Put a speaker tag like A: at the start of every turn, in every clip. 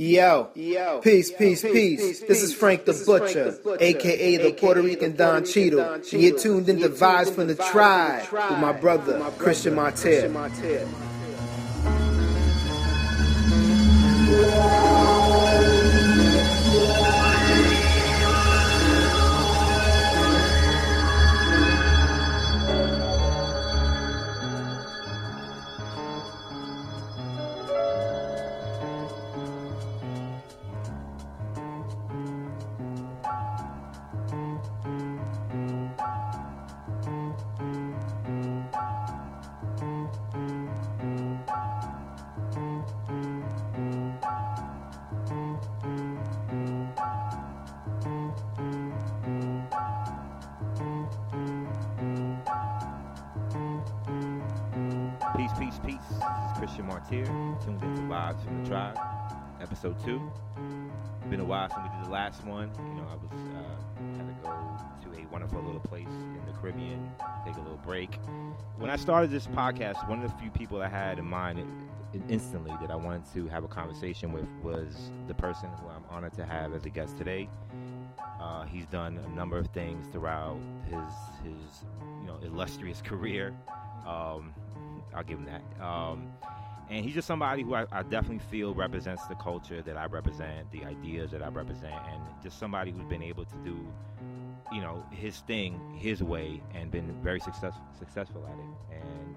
A: Yo.
B: Yo.
A: Peace,
B: Yo.
A: peace, peace. This is Frank the
B: This is Frank
A: Butcher,
B: the Butcher,
A: aka the
B: aka
A: Puerto
B: the
A: Rican
B: Puerto
A: Don
B: Rican
A: Cheadle.
B: Don
A: And you're
B: Cheadle.
A: tuned into
B: You're tuned
A: Vibes
B: into
A: from the
B: Vibes from the
A: Tribe
B: Tribe
A: with my
B: with
A: brother,
B: my brother,
A: Christian Martel.
B: Christian Martel.
C: Peace, peace, peace. This is Christian Martier, tuned into Vibes from the Tribe, episode two. Been a while since we did the last one. You know, I was uh, had to go to a wonderful little place in the Caribbean, take a little break. When I started this podcast, one of the few people I had in mind i- i- instantly that I wanted to have a conversation with was the person who I'm honored to have as a guest today. Uh, he's done a number of things throughout his his you know illustrious career. Um, I'll give him that. Um, and he's just somebody who I, I definitely feel represents the culture that I represent, the ideas that I represent, and just somebody who's been able to do, you know, his thing his way and been very success, successful at it. And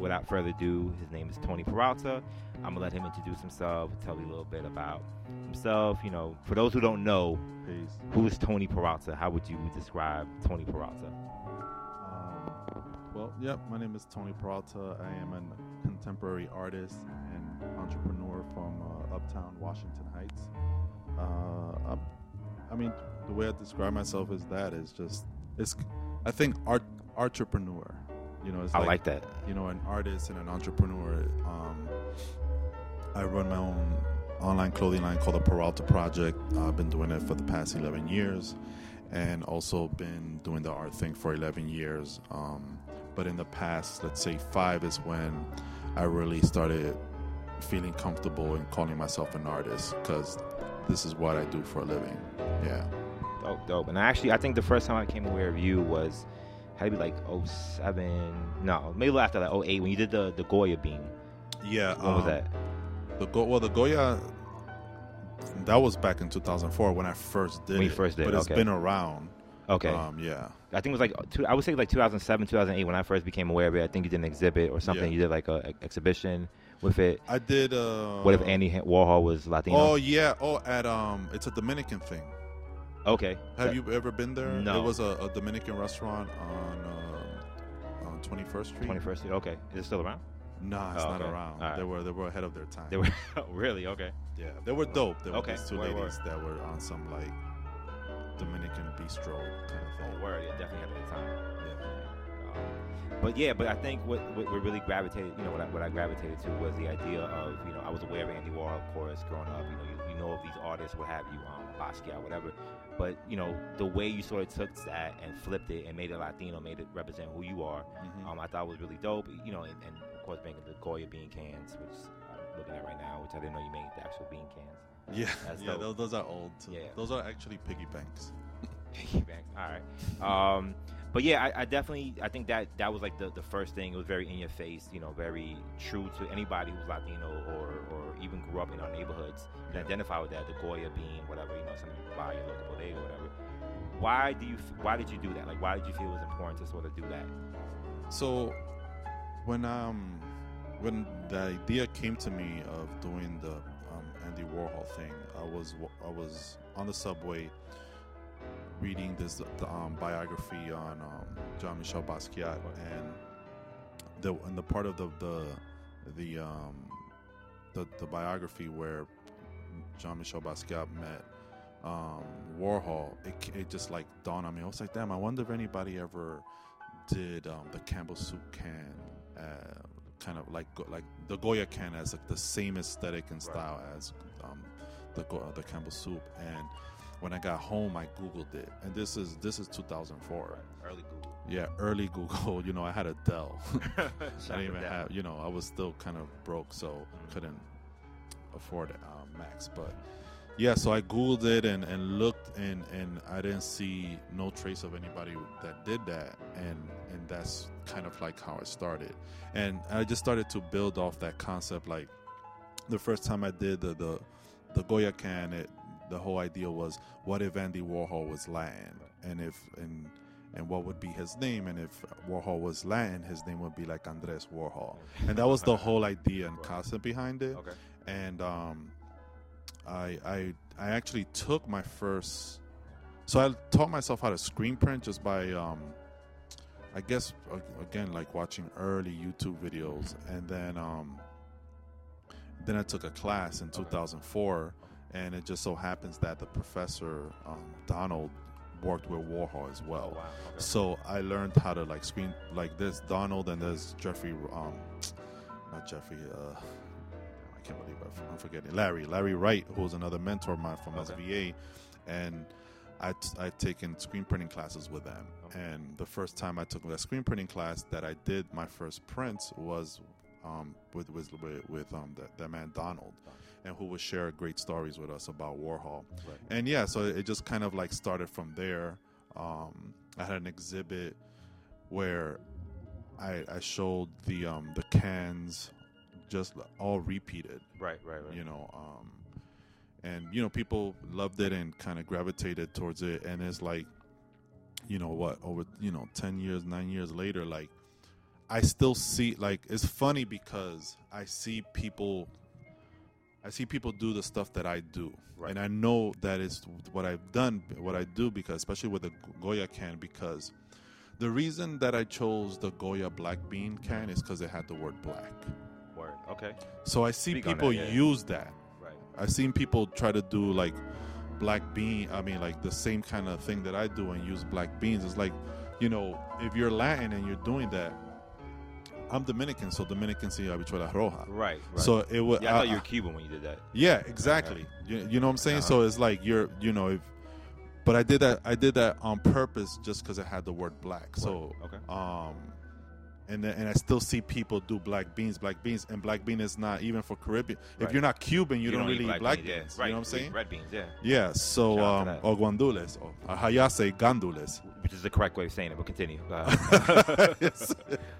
C: without further ado, his name is Tony Peralta. I'm gonna let him introduce himself, tell you a little bit about himself. You know, for those who don't know,
D: Peace.
C: who is Tony Peralta? How would you describe Tony Peralta?
D: Um, well, yep, my name is Tony Peralta. I am a contemporary artist and entrepreneur from uh, uptown Washington Heights. Uh, I'm, I mean, the way I describe myself is that is just, it's, I think, art, entrepreneur. You know, it's
C: I like that.
D: you know, an artist and an entrepreneur. Um, I run my own online clothing line called the Peralta Project. I've been doing it for the past 11 years and also been doing the art thing for 11 years. Um, but in the past, let's say five, is when I really started feeling comfortable in calling myself an artist because this is what I do for a living. Yeah.
C: Dope, dope. And I actually, I think the first time I came aware of you was had to be like 07. No, maybe a little after that, 08, when you did the, the Goya beam.
D: Yeah.
C: What was that?
D: The Go- well, the Goya. That was back in 2004 when I first did
C: When you
D: it,
C: first did,
D: but it's
C: okay.
D: been around.
C: Okay.
D: Um, yeah,
C: I think it was like, two, I would say like 2007, 2008 when I first became aware of it. I think you did an exhibit or something.
D: Yeah.
C: You did like a, a- exhibition with it.
D: I did. Uh,
C: What if Andy Ha- Warhol was Latino?
D: Oh yeah. Oh, at um, it's a Dominican thing.
C: okay.
D: Have you ever been there?
C: No.
D: It was a, a Dominican restaurant on uh, on 21st Street.
C: 21st Street. Okay. Is it still around?
D: Nah, it's
C: Oh,
D: not
C: okay.
D: around.
C: All right.
D: They were they were ahead of their time.
C: They were, oh, really? Okay.
D: yeah, they were dope. There
C: Okay,
D: were these two
C: word,
D: ladies that were on some like Dominican bistro kind of
C: Oh,
D: thing.
C: word. Yeah, definitely had the time.
D: Yeah.
C: Um, but yeah, but I think what, what, what really gravitated, you know, what I, what I gravitated to was the idea of, you know, I was aware of Andy Warhol, of course, growing up. You know, you, you know of these artists, what have you, um, Basquiat, whatever. But you know, the way you sort of took that and flipped it and made it Latino, made it represent who you are.
D: Mhm.
C: Um, I thought was really dope. You know, and, and of course, making the Goya bean cans, which I'm looking at right now, which I didn't know you made the actual bean cans.
D: Yeah,
C: That's
D: yeah,
C: dope.
D: those, those are old. Too.
C: Yeah.
D: Those are actually piggy banks.
C: Piggy banks. All right. Um, but yeah, I, I definitely I think that that was like the, the first thing. It was very in your face, you know, very true to anybody who's Latino or or even grew up in our neighborhoods and identify with that. The Goya being whatever, you know, something you can buy your local bodega or whatever. Why do you? f- Why did you do that? Like, why did you feel it was important to sort of do that?
D: So when um when the idea came to me of doing the um, Andy Warhol thing, I was wa- I was on the subway reading this the, um, biography on um, Jean Michel Basquiat, and the and the part of the the the um, the, the biography where Jean Michel Basquiat met um, Warhol, it, ca- it just like dawned on me. I was like, damn, I wonder if anybody ever did um, the Campbell soup can, uh, kind of like go- like the Goya can as like the same aesthetic and style as um, the Go- the Campbell soup. And when I got home, I googled it, and this is this is 2004.
C: Early Google.
D: Yeah, early Google. You know, I had a Dell. I
C: Shout
D: didn't even
C: out. Mm.
D: have, you know, I was still kind of broke, so couldn't afford it. Um, max. But yeah, so I googled it and, and looked and and I didn't see no trace of anybody that did that, and and that's kind of like how it started, and I just started to build off that concept. Like the first time I did the the, the Goya can, it the whole idea was what if Andy Warhol was Latin, and if and and what would be his name, and if Warhol was Latin, his name would be like Andres Warhol, and that was the whole idea and concept behind it.
C: Okay.
D: And um, I I I actually took my first, so I taught myself how to screen print just by um, I guess a- again like watching early YouTube videos, and then um, then I took a class in 2004, and it just so happens that the professor um, Donald worked with Warhol as well.
C: Oh, Wow. Okay.
D: So I learned how to like screen like there's Donald and there's Jeffrey, um, not Jeffrey. Uh, I can't believe I, am forgetting Larry. Larry Wright, who was another mentor of mine from
C: Okay.
D: SVA, and I t- I taken screen printing classes with them.
C: Okay.
D: And the first time I took that screen printing class that I did my first prints was um, with with with, with um, that, that man Donald, and who would share great stories with us about Warhol
C: Right.
D: and yeah so it just kind of like started from there um i had an exhibit where i i showed the um the cans just all repeated
C: Right. Right. Right.
D: you know um and you know people loved it and kind of gravitated towards it and it's like you know what over you know 10 years 9 years later like i still see like it's funny because i see people i see people do the stuff that i do
C: Right.
D: and i know that is what i've done what i do because especially with the goya can because the reason that i chose the goya black bean can is because it had the word black
C: Word. Okay.
D: so i see
C: Speak on
D: people
C: that, yeah.
D: use that
C: Right.
D: I've seen people try to do like black bean. I mean, like the same kind of thing that I do and use black beans. It's like, you know, if you're Latin and you're doing that, I'm Dominican, so Dominican see habichuela roja.
C: Right. Right.
D: So uh, it would.
C: yeah, I
D: I-
C: thought you were Cuban when you did that.
D: yeah, exactly. You, you know what I'm saying? So it's like you're, you know, if, but I did that. I did that on purpose just because it had the word black. So
C: okay.
D: um, and then, and I still see people do black beans, black beans, and black bean is not even for Caribbean. If
C: Right.
D: you're not Cuban, you, don't,
C: eat
D: really eat black beans.
C: yeah.
D: You
C: Right.
D: know what I'm
C: we eat
D: saying?
C: Red beans. Yeah.
D: Yeah. So
C: Shout out
D: um,
C: to that.
D: or guandules, or hayase gandules.
C: Which is the correct way of saying it, but continue. Uh,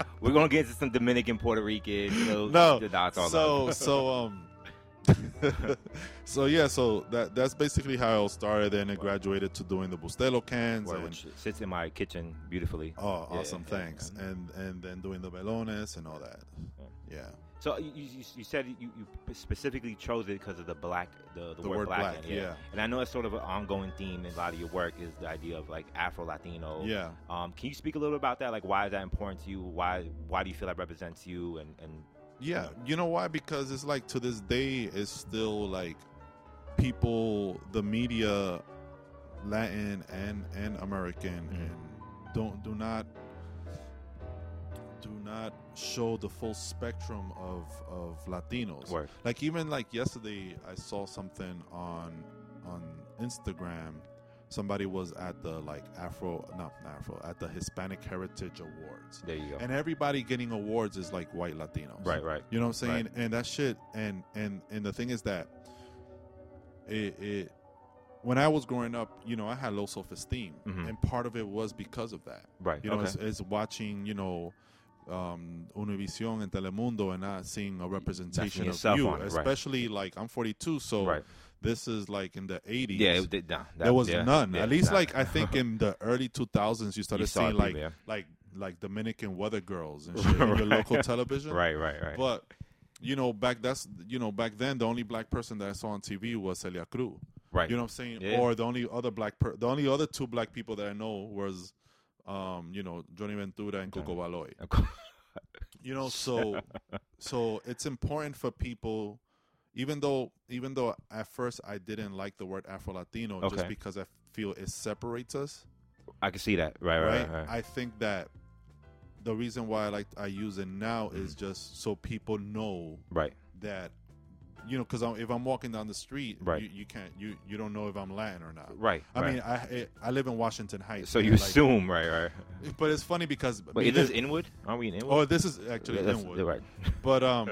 C: we're gonna get into some Dominican, Puerto Rican, you know,
D: no.
C: the dots all
D: so
C: over.
D: so um so yeah, so that that's basically how it all started. Then it graduated to doing the Bustelo cans
C: Word,
D: and
C: which sits in my kitchen beautifully.
D: oh,
C: Yeah,
D: awesome,
C: yeah,
D: thanks.
C: yeah.
D: And and then doing the belones and all that. Yeah,
C: So you, you, you said you, you specifically chose it because of the black, the, the,
D: the
C: word, black. in it.
D: yeah,
C: And I know it's sort of an ongoing theme in a lot of your work is the idea of like Afro Latino.
D: yeah.
C: Um, can you speak a little about that? Like, why is that important to you? Why Why do you feel that represents you? And and
D: Yeah, you know why? Because it's like to this day, it's still like people, the media, Latin and and American,
C: Mhm.
D: and don't do not do not show the full spectrum of of Latinos.
C: word.
D: Like even like yesterday, I saw something on on Instagram. Somebody was at the like Afro, not Afro, at the Hispanic Heritage Awards,
C: There you go.
D: and everybody getting awards is like white Latinos.
C: right, right,
D: You know what I'm saying?
C: Right.
D: And that shit and and and the thing is that it it when I was growing up, you know, I had low self esteem,
C: Mhm.
D: and part of it was because of that.
C: right.
D: You know,
C: okay.
D: it's, it's watching, you know, um, Univision and Telemundo and not seeing a representation of
C: yourself
D: you,
C: on it, right.
D: especially like I'm 42, so
C: right.
D: this is like in the 80s.
C: Yeah, it, did- nah, that,
D: there was
C: yeah,
D: none.
C: yeah,
D: At least,
C: nah.
D: like I think in the early 2000s, you started
C: You saw
D: seeing
C: people,
D: like
C: yeah.
D: like like Dominican weather girls and shit on your
C: Right.
D: local television.
C: right, right, right.
D: But you know, back that's you know back then the only black person that I saw on TV was Celia Cruz.
C: right.
D: You know what I'm saying?
C: Yeah.
D: Or the only other black per- the only other two black people that I know was um, you know, Johnny Ventura and Coco Baloy. You know, so so it's important for people even though even though at first I didn't like the word Afro Latino
C: Okay.
D: just because I feel it separates us,
C: I can see that. Right,
D: right?
C: right, right.
D: I think that the reason why I like I use it now is
C: Mm-hmm.
D: just so people know
C: right.
D: that you know because if i'm walking down the street
C: Right.
D: you, you can't you you don't know if i'm latin or not
C: Right.
D: i
C: right.
D: mean i I- i live in washington heights
C: so
D: man,
C: you
D: like-
C: assume, right, right.
D: but it's funny because
C: But it is Inwood. Are we in Inwood?
D: oh this is actually
C: That's-
D: Linwood.
C: Right.
D: but um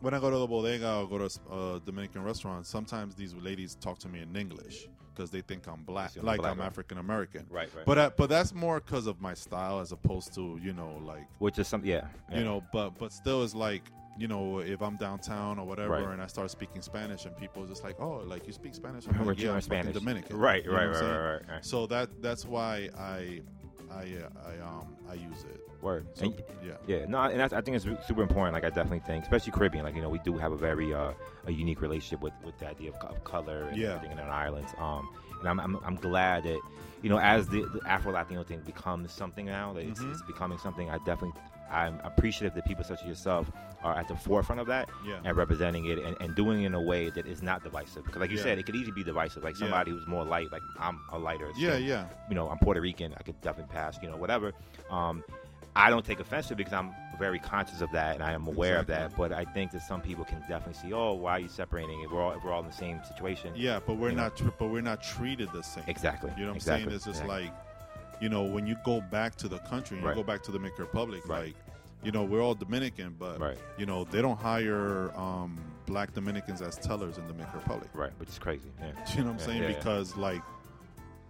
D: when I go to the bodega or go to a uh, Dominican restaurant, sometimes these ladies talk to me in English because they think I'm black,
C: You're
D: like
C: black,
D: I'm
C: right.
D: African American.
C: Right, right.
D: But I, but that's more because of my style as opposed to you know like
C: Which is some, yeah, yeah.
D: you know but but still it's like you know if I'm downtown or whatever
C: Right.
D: and I start speaking Spanish and people just like oh like you speak Spanish I'm
C: We're
D: like, yeah
C: doing
D: I'm fucking
C: Spanish.
D: Dominican
C: Right,
D: You know
C: right, right,
D: what I'm saying?
C: right, right, right.
D: so that that's why I I I um I use it
C: Word.
D: so
C: And-
D: yeah
C: yeah, no, and that's, I think it's super important. Like, I definitely think, especially Caribbean, like you know, we do have a very uh, a unique relationship with, with the idea of, co- of color and
D: Yeah.
C: everything in our islands. Um, and I'm, I'm, I'm glad that you know, as the, the Afro Latino thing becomes something now, that it's,
D: Mhm.
C: it's becoming something. I definitely, I'm appreciative that people such as yourself are at the forefront of that
D: yeah
C: and representing it and, and doing it in a way that is not divisive. Because, like you
D: Yeah.
C: said, it could easily be divisive. Like
D: Yeah.
C: somebody who's more light, like I'm a lighter.
D: yeah
C: skin
D: yeah
C: you know, I'm Puerto Rican, I could definitely pass, you know, whatever. Um, I don't take offense to it because I'm very conscious of that and I am aware of that.
D: Exactly.
C: But I think that some people can definitely see, oh, why are you separating it? We're all we're all in the same situation.
D: yeah but we're
C: You know.
D: not tr- but we're not treated the same
C: Exactly.
D: You know what
C: exactly.
D: I'm saying? It's just
C: exactly.
D: like, you know, when you go back to the country, you
C: Right.
D: go back to the Dominican Republic,
C: Right.
D: like, you know, we're all Dominican, but,
C: Right.
D: you know, they don't hire um, black Dominicans as tellers in the Dominican Republic.
C: right, which is crazy. Yeah.
D: You know what I'm
C: Yeah,
D: saying?
C: yeah, yeah.
D: because, like,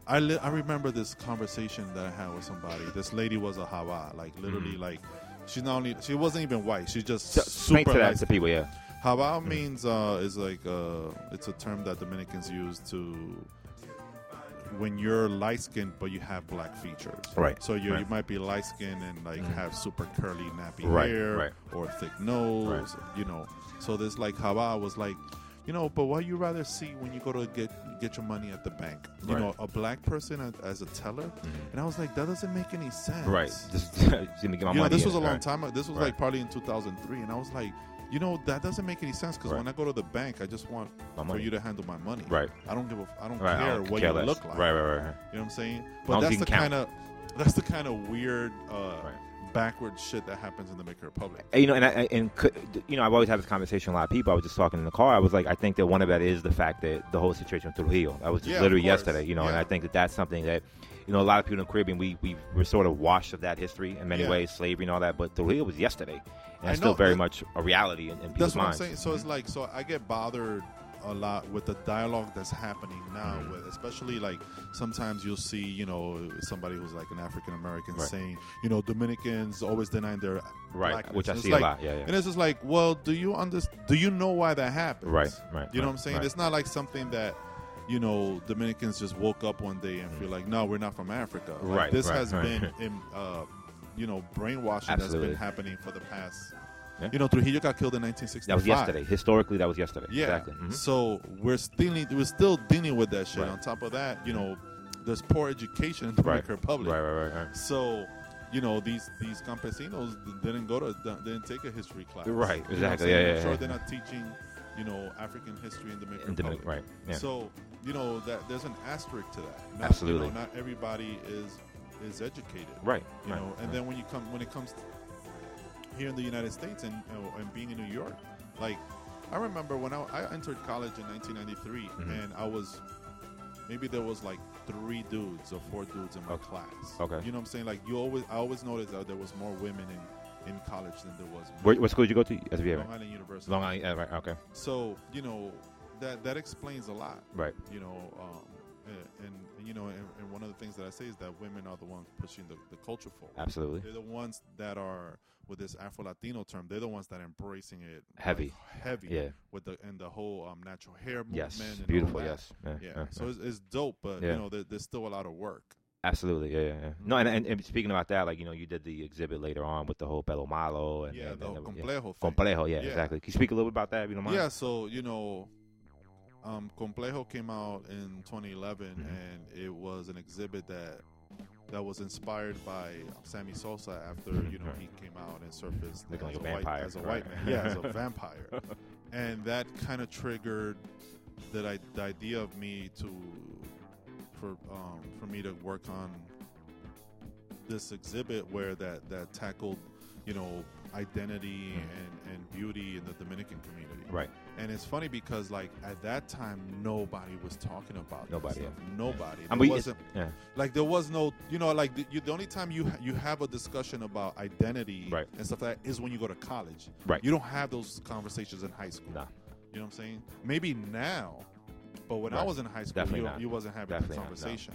D: I, li- I remember this conversation that I had with somebody. This lady was a Hawa, like,
C: Mm.
D: literally, like, she's not only, she wasn't even white, she's just
C: So, explain
D: super
C: to
D: light
C: that to people, yeah.
D: Habao means uh, is like uh, it's a term that Dominicans use to when you're light skinned but you have black features.
C: Right,
D: So you you
C: right. Mm-hmm.
D: might be light skinned and like have super curly nappy
C: Right,
D: hair
C: right.
D: or thick nose. You know. So this like Haba was like, you know, but what you rather see when you go to get get your money at the bank? You
C: Right. Mm-hmm.
D: know, a black person a- as a teller. And I was like, that doesn't make any sense.
C: Right. Just, just let me get my
D: You know,
C: money
D: this
C: in.
D: was a long
C: Right.
D: time. This was
C: Right.
D: like probably in 2003, and I was like, you know, that doesn't make any sense because
C: Right.
D: when I go to the bank, I just want
C: My
D: for
C: money.
D: you to handle my money.
C: Right.
D: I don't give. A, I don't
C: Right, I
D: care
C: don't
D: what
C: care
D: you
C: less.
D: look like.
C: Right, right, right. right.
D: You know what I'm saying?
C: long
D: But
C: as
D: that's
C: you
D: the
C: can count.
D: kind of that's the kind of weird uh,
C: Right.
D: backward shit that happens in the Maker Republic.
C: And, you know, and I, I- and could, you know, I've always had this conversation with a lot of people. I was just talking in the car. I was like, I think that one of that is the fact that the whole situation with Trujillo. I was just
D: Yeah, of
C: literally
D: course.
C: yesterday, you know, and
D: Yeah.
C: I think that that's something that, you know, a lot of people in the Caribbean, we, we were sort of washed of that history in many
D: Yeah.
C: ways, slavery and all that. But Trujillo was yesterday, and
D: I
C: it's still
D: know,
C: very
D: that-
C: much a reality in, in people's
D: That's what I'm
C: minds.
D: saying. So it's like, so I get bothered a lot with the dialogue that's happening now,
C: Mm-hmm.
D: with especially like sometimes you'll see, you know, somebody who's like an African American
C: Right.
D: saying, you know, Dominicans always denying their
C: Right,
D: blackness.
C: which I
D: And it's
C: see a
D: like-
C: lot. Yeah, yeah.
D: and it's just like, well, do you understand? Do you know why that happens?
C: Right, right,
D: You
C: right,
D: know what I'm saying?
C: right.
D: It's not like something that. You know, Dominicans just woke up one day and feel like, no, we're not from Africa. Like,
C: Mm. Right,
D: This
C: right,
D: has
C: right.
D: been, in, uh, you know, brainwashing that's
C: Absolutely.
D: been happening for the past
C: Yeah.
D: you know, Trujillo got killed in 1965.
C: that was yesterday. Historically, that was yesterday.
D: Yeah.
C: Exactly. Mhm.
D: So we're still we're still dealing with that shit.
C: Right.
D: On top of that, you know, there's poor education in the
C: Right.
D: Dominican Republic.
C: Right, right, right, right.
D: So, you know, these these campesinos didn't go to didn't take a history class.
C: Right,
D: You know what I'm
C: exactly.
D: saying?
C: Yeah,
D: I'm
C: yeah,
D: sure
C: yeah.
D: they're not teaching, you know, African history in the Dominican
C: In
D: Republic.
C: Dominic- right. Yeah.
D: So you know that there's an asterisk to that. Not, you
C: Absolutely.
D: know, not everybody is is educated.
C: right.
D: You
C: right,
D: know, and
C: right.
D: then when you come when it comes here in the United States and you know, and being in New York, like I remember when I, I entered college in 1993,
C: Mhm.
D: and I was maybe there was like three dudes or four dudes in my
C: Okay.
D: class.
C: Okay.
D: you know what I'm saying? Like you always, I always noticed that there was more women in in college than there was
C: Where, what school did you go to? SVA,
D: Long
C: right?
D: Island University.
C: Long Island. yeah, right. Okay.
D: So you know that that explains a lot
C: Right.
D: you know, um, and, and you know, and, and one of the things that I say is that women are the ones pushing the, the culture forward.
C: Absolutely.
D: They're the ones that are with this Afro Latino term. They're the ones that are embracing it like,
C: Heavy.
D: heavy,
C: Yeah.
D: With the and the whole um, natural hair movement.
C: Yes.
D: and all
C: Beautiful.
D: that.
C: Yes. Yeah.
D: Yeah.
C: yeah,
D: So it's, it's dope, but
C: Yeah.
D: you know, there, there's still a lot of work.
C: Absolutely, yeah, yeah. yeah. No, and, and, and speaking about that, like you know, you did the exhibit later on with the whole pelo malo and
D: Yeah,
C: and,
D: the
C: and,
D: whole
C: yeah.
D: complejo. Thing.
C: complejo, yeah,
D: Yeah.
C: exactly. Can you speak a little bit about that? If you don't mind?
D: Yeah, so you know, um, Complejo came out in 2011,
C: Mm-hmm.
D: and it was an exhibit that that was inspired by Sammy Sosa after you know
C: Right.
D: he came out and surfaced
C: Looking like
D: as
C: a
D: white-
C: vampire,
D: as a
C: right.
D: white man, yeah, as a vampire, and that kind of triggered that I, the idea of me to for um, for me to work on this exhibit where that that tackled you know identity
C: Hmm.
D: and, and beauty in the Dominican community.
C: Right.
D: And it's funny because like at that time nobody was talking about that
C: Nobody,
D: stuff. nobody.
C: I
D: There
C: mean, it's-
D: wasn't
C: yeah.
D: like there was no you know like the, you, the only time you ha- you have a discussion about identity
C: Right.
D: and stuff like that is when you go to college.
C: Right.
D: You don't have those conversations in high school.
C: Nah.
D: You know what I'm saying? Maybe now, but when I
C: Right.
D: was in high school,
C: Definitely
D: you,
C: not.
D: you wasn't having
C: Definitely
D: that
C: not, no.
D: conversation.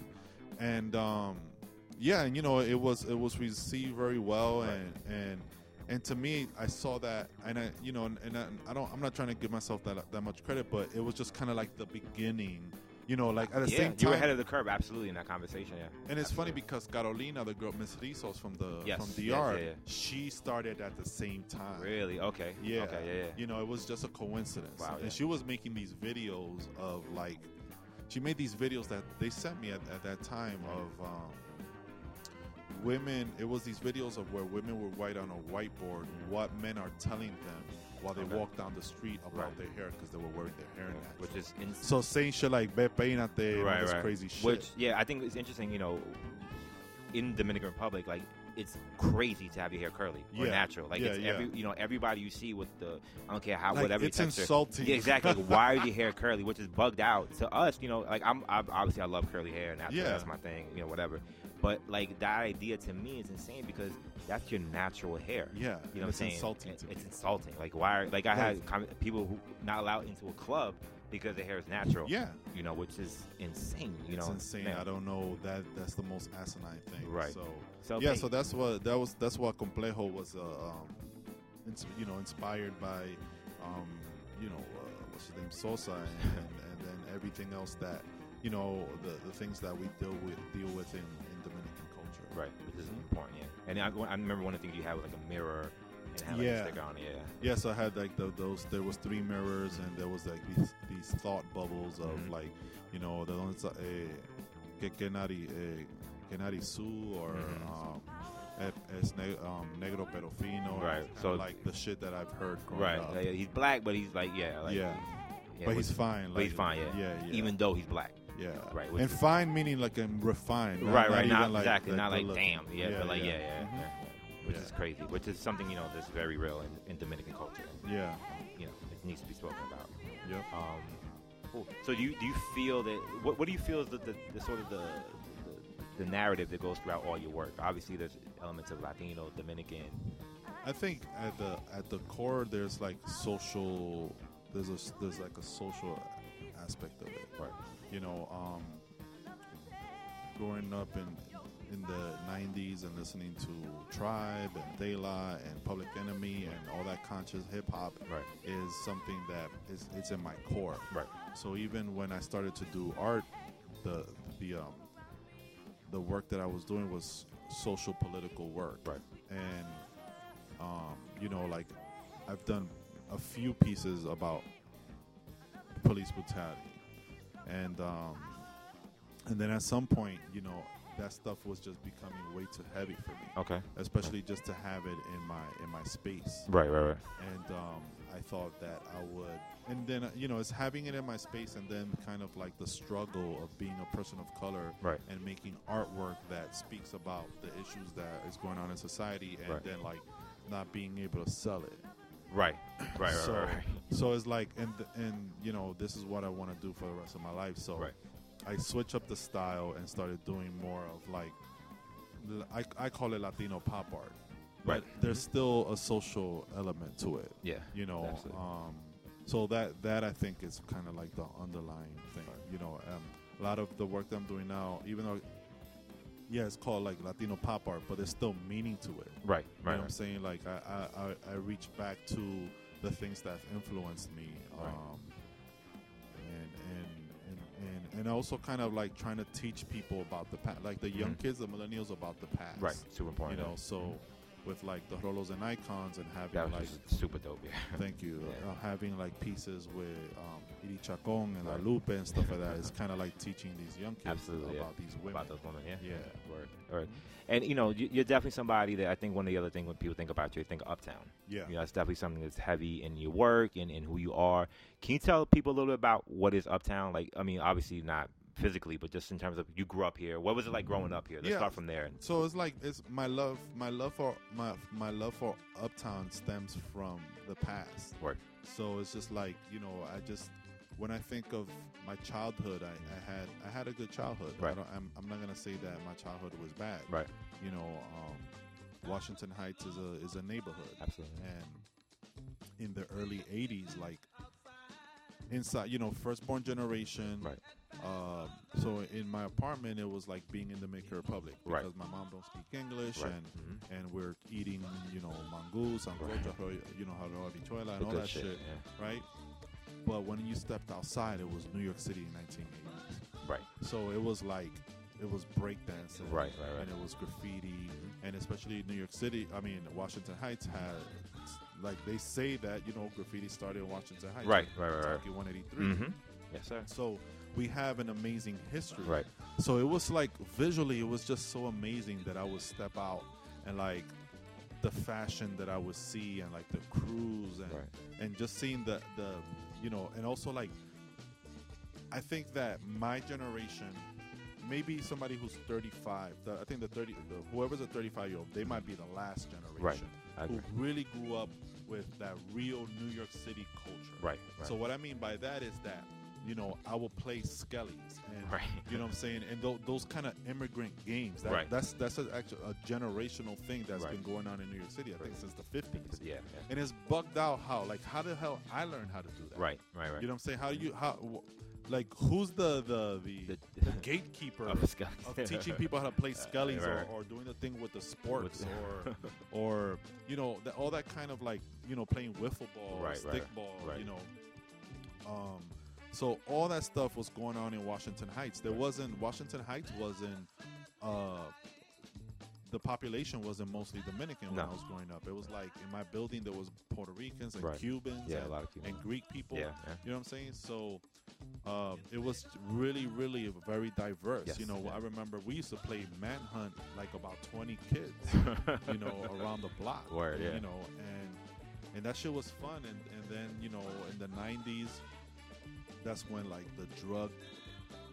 D: And um, yeah, and you know it was it was received very well,
C: Right.
D: and and and to me, I saw that, and I you know, and, and I, I don't, I'm not trying to give myself that that much credit, but it was just kind of like the beginning. You know, like at the
C: yeah,
D: same
C: you
D: time,
C: were ahead of the curve, absolutely, in that conversation. Yeah.
D: and it's funny
C: Absolutely.
D: because Carolina, the girl Miss Rizos from the
C: Yes,
D: from
C: yes,
D: DR,
C: yeah, yeah.
D: she started at the same time.
C: Really? Okay.
D: Yeah.
C: Okay. Yeah. yeah.
D: You know, it was just a coincidence.
C: Wow,
D: and
C: yeah.
D: she was making these videos of like, she made these videos that they sent me at, at that time
C: Mm-hmm.
D: of um, women. It was these videos of where women would write on a whiteboard what men are telling them while they
C: Okay.
D: walk down the street about
C: Right.
D: their hair because they were wearing their hair natural.
C: Which is in-
D: so saying shit like "Ve peínate," and all
C: right,
D: this
C: right.
D: crazy shit.
C: Which yeah, I think it's interesting. You know, in Dominican Republic, like it's crazy to have your hair curly or
D: Yeah.
C: natural. Like
D: Yeah,
C: it's
D: yeah.
C: every you know everybody you see with the I don't care how
D: Like,
C: whatever
D: it's
C: texture.
D: insulting.
C: Yeah, exactly. Like, why are your hair curly? Which is bugged out to us. You know, like I'm I, obviously I love curly hair and that's,
D: Yeah.
C: that's my thing. You know, whatever. But like that idea to me is insane because that's your natural hair.
D: yeah,
C: You
D: and
C: know
D: it's
C: what I'm saying?
D: insulting
C: It-
D: to
C: it's
D: me.
C: insulting. Like why? Are, like I
D: Like-
C: had com- people who not allowed into a club because their hair is natural.
D: Yeah,
C: You know, which is insane. You
D: it's
C: know,
D: insane.
C: man.
D: I don't know that. That's the most asinine thing.
C: Right.
D: So
C: So
D: yeah,
C: hey,
D: so that's what that was. That's what Complejo was, uh, um, ins- you know, inspired by, um, you know, uh, what's his name, Sosa, and, and, and then everything else that, you know, the, the things that we deal with deal with in, in Dominican culture.
C: right, which is important. Yeah, and I, I remember one of the things you had was like a mirror and it had like
D: Yeah.
C: a sticker on it. Yeah,
D: Yeah, so I had like the, those. There was three mirrors, and there was like these, these thought bubbles of
C: Mhm.
D: like, you know, the ones eh, que que nadie eh, que nadie su or.
C: Mhm.
D: Um, eh, Es ne- um, negro pero fino,
C: Right,
D: Kinda
C: so-
D: like the shit that I've heard growing
C: right.
D: up.
C: Like, yeah, he's black, but he's like yeah, like,
D: yeah, but
C: which-
D: he's fine.
C: but he's fine. Yeah.
D: yeah, yeah.
C: even though he's black.
D: yeah,
C: right, which
D: And
C: is-
D: fine meaning like um, refined. not-
C: right, right.
D: Not,
C: Not,
D: even like,
C: exactly.
D: like
C: not
D: the
C: like
D: look.
C: damn. Yeah, but like yeah, yeah, yeah,
D: Mhm.
C: yeah. which
D: Yeah.
C: is crazy. Which is something you know that's very real in, in Dominican culture.
D: yeah,
C: You know, it needs to be spoken about.
D: yep.
C: Um, cool. So do you do you feel that what what do you feel is the, the, the sort of the, the the narrative that goes throughout all your work? Obviously, there's elements of Latino, Dominican.
D: I think at the at the core, there's like social. There's a there's like a social aspect of it.
C: Right.
D: You know, um, growing up in in the '90s and listening to Tribe and De La and Public Enemy and all that conscious hip hop
C: Right.
D: is something that is it's in my core.
C: Right.
D: So even when I started to do art, the the um, the work that I was doing was social political work,
C: Right.
D: and um, you know, like I've done a few pieces about police brutality, and um, and then at some point, you know, that stuff was just becoming way too heavy for me,
C: Okay.
D: especially just to have it in my in my space
C: Right. Right. Right.
D: and um, I thought that I would. And then uh, you know, it's having it in my space, and then kind of like the struggle of being a person of color
C: Right.
D: and making artwork that speaks about the issues that is going on in society, and
C: Right.
D: then like not being able to sell it.
C: Right. Right. Right.
D: so,
C: right, right.
D: so it's like, and th- and you know, this is what I want to do for the rest of my life. So
C: Right.
D: I switch up the style and started doing more of like, l- I, I call it Latino pop art.
C: Right. Mm-hmm.
D: But there's still a social element to it
C: Yeah.
D: you know
C: Absolutely.
D: um, so that that i think is kind of like the underlying thing you know um, a lot of the work that i'm doing now even though yeah it's called like latino pop art but there's still meaning to it
C: Right.
D: you
C: Right.
D: know what i'm
C: right.
D: saying like i i, I, I reach back to the things that have influenced me
C: Right.
D: um, and, and and and and also kind of like trying to teach people about the past like the young
C: Mhm.
D: kids the millennials about the past
C: Right. Super
D: you
C: important.
D: know so with like the rolos and icons and having
C: that
D: like
C: was just super dope. Yeah.
D: Thank you.
C: Yeah.
D: Uh, having like pieces with um, Iri Chacon and La
C: Right.
D: Lupe and stuff like that is kind of like teaching these young kids
C: Absolutely, yeah.
D: about these women.
C: About those women. Yeah.
D: Yeah.
C: Word. All right. And you know, you- you're definitely somebody that I think one of the other things when people think about you, they think Uptown.
D: Yeah.
C: You know, it's definitely something that's heavy in your work and in who you are. Can you tell people a little bit about what is Uptown? Like, I mean, obviously not physically, but just in terms of you grew up here. What was it like growing up here? Let's
D: Yeah.
C: start from there.
D: So it's like it's my love, my love for my my love for Uptown stems from the past.
C: Work.
D: So it's just like you know, I just when I think of my childhood, I, I had I had a good childhood. I
C: Right.
D: don't, I'm, I'm not gonna say that my childhood was bad.
C: Right.
D: You know, um, Washington Heights is a is a neighborhood,
C: Absolutely.
D: and in the early '80s, like inside, you know, firstborn generation.
C: Right.
D: Um, so in my apartment, it was like being in the Dominican Republic
C: Right.
D: because my mom don't speak English
C: Right.
D: and
C: Mhm.
D: and we're eating, you know, mangoes, sancocho, you know, habichuela, and
C: The
D: all
C: good
D: that shit,
C: shit, yeah.
D: right? But when you stepped outside, it was New York City in 1980.
C: Right.
D: So it was like it was breakdancing,
C: Right, right, right.
D: and it was graffiti, and especially New York City. I mean, Washington Heights had like they say that you know graffiti started in Washington Heights,
C: Right, right, right, right.
D: Kentucky 183.
C: Mm-hmm. Yes, sir.
D: So we have an amazing history.
C: Right.
D: So it was like visually, it was just so amazing that I would step out and like the fashion that I would see and like the crews and
C: Right.
D: and just seeing the the you know and also like I think that my generation, maybe somebody who's 35, the, I think the 30, the, whoever's a 35 year old, they might be the last
C: Right.
D: generation
C: I
D: who
C: agree.
D: really grew up with that real New York City culture.
C: Right. Right.
D: So what I mean by that is that you know I will play Skellies and
C: Right.
D: you know what I'm saying and tho- those kind of immigrant games. That,
C: Right.
D: That's that's an actual a generational thing that's
C: Right.
D: been going on in New York City. I think
C: Right.
D: since the 50s.
C: yeah, yeah.
D: And it's bugged out how like how the hell I learned how to do that.
C: Right. Right. Right.
D: You know what I'm saying? How do you how wh- like who's the the the,
C: The-
D: the gatekeeper
C: Of Scully.
D: of teaching people how to play Scullies
C: Right, right.
D: or, or doing the thing with the sports
C: With-
D: or or you know that all that kind of like you know playing wiffle ball, or
C: Right,
D: stick
C: right,
D: ball,
C: right.
D: you know. Um, so all that stuff was going on in Washington Heights. There wasn't Washington Heights wasn't. Uh, the population wasn't mostly Dominican when
C: No.
D: I was growing up. It was like in my building there was Puerto Ricans and
C: Right.
D: Cubans
C: Yeah, a
D: and,
C: lot of Cubans.
D: and Greek people.
C: Yeah, yeah.
D: You know what I'm saying? So um, it was really, really very diverse.
C: Yes,
D: you know,
C: yeah.
D: I remember we used to play manhunt like about 20 kids, you know, around the block.
C: Word, yeah.
D: You know, and and that shit was fun. And and then you know, in the 90s, that's when like the drug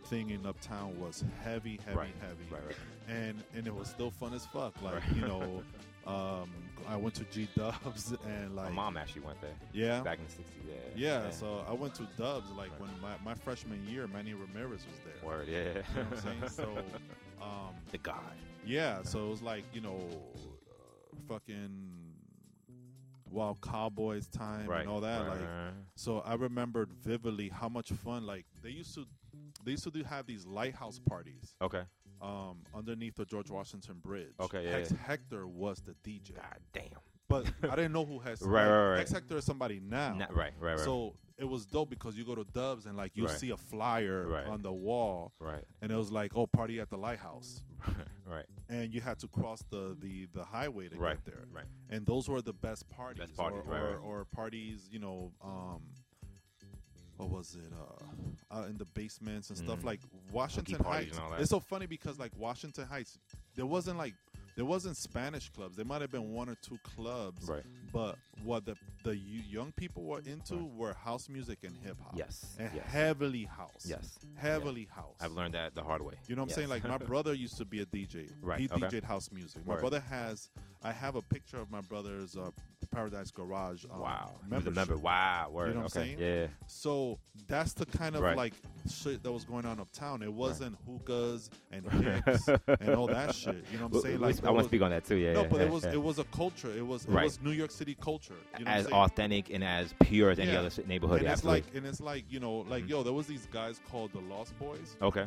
D: thing in Uptown was heavy, heavy,
C: Right,
D: heavy.
C: right, right.
D: And and it was still fun as fuck. Like
C: Right.
D: you know, um, I went to G Dubs and
C: My
D: like
C: mom actually went there
D: yeah,
C: back in the '60s. Yeah.
D: yeah, so I went to Dubs like
C: Right.
D: when my, my freshman year, Manny Ramirez was there.
C: Word. Yeah.
D: You know what I'm saying? So, um,
C: the God.
D: yeah, so it was like, you know, uh, fucking Wild Cowboys time
C: Right.
D: and all that.
C: right,
D: Like,
C: right, right.
D: so I remembered vividly how much fun, like, they used to. They used to do have these lighthouse parties
C: Okay.
D: um, underneath the George Washington Bridge.
C: Okay, yeah,
D: Hex
C: yeah.
D: Hector was the DJ,
C: God damn.
D: but I didn't know who Hex.
C: Right, right, right.
D: Hex Hector is somebody now.
C: Not right. Right. Right.
D: So it was dope because you go to Dubs and like you
C: Right.
D: see a flyer
C: Right.
D: on the wall,
C: right.
D: and it was like, "Oh, party at the lighthouse,"
C: right.
D: and you had to cross the the, the highway to
C: Right.
D: get there.
C: Right.
D: And those were the best parties,
C: Best parties,
D: or,
C: right,
D: or,
C: right.
D: or parties, you know. Um, what was it? Uh, out in the basements and stuff
C: Mhm.
D: like Washington
C: parties
D: Heights.
C: and all that.
D: It's so funny because like Washington Heights, there wasn't like there wasn't Spanish clubs. There might have been one or two clubs,
C: Right.
D: but what the the y- young people were into
C: Right.
D: were house music and hip hop.
C: Yes.
D: and
C: yes.
D: heavily house.
C: Yes.
D: heavily house.
C: I've learned that the hard way.
D: You know what I'm saying?
C: Yes.
D: Like my brother used to be a DJ.
C: Right,
D: He
C: okay.
D: DJ'd house music. My
C: Word.
D: brother has. I have a picture of my brother's uh, Paradise Garage. Um,
C: wow. He was a
D: Membership.
C: member. Wow. Word.
D: know what I'm
C: okay.
D: saying?
C: Yeah.
D: So that's the kind of
C: Right.
D: like shit that was going on uptown. It wasn't hookahs and hicks and all that shit. You know what I'm saying? Like
C: I
D: it
C: want
D: was-
C: to speak on that too. Yeah.
D: No,
C: yeah,
D: but
C: yeah,
D: it was
C: yeah.
D: it was a culture. It was it
C: Right.
D: was New York City culture. You know
C: as
D: what I'm saying?
C: authentic and as pure as any
D: Yeah.
C: other ci- neighborhood.
D: and
C: yeah,
D: it's
C: absolutely.
D: like and it's like you know like
C: Mhm.
D: yo there was these guys called the Lost Boys.
C: okay.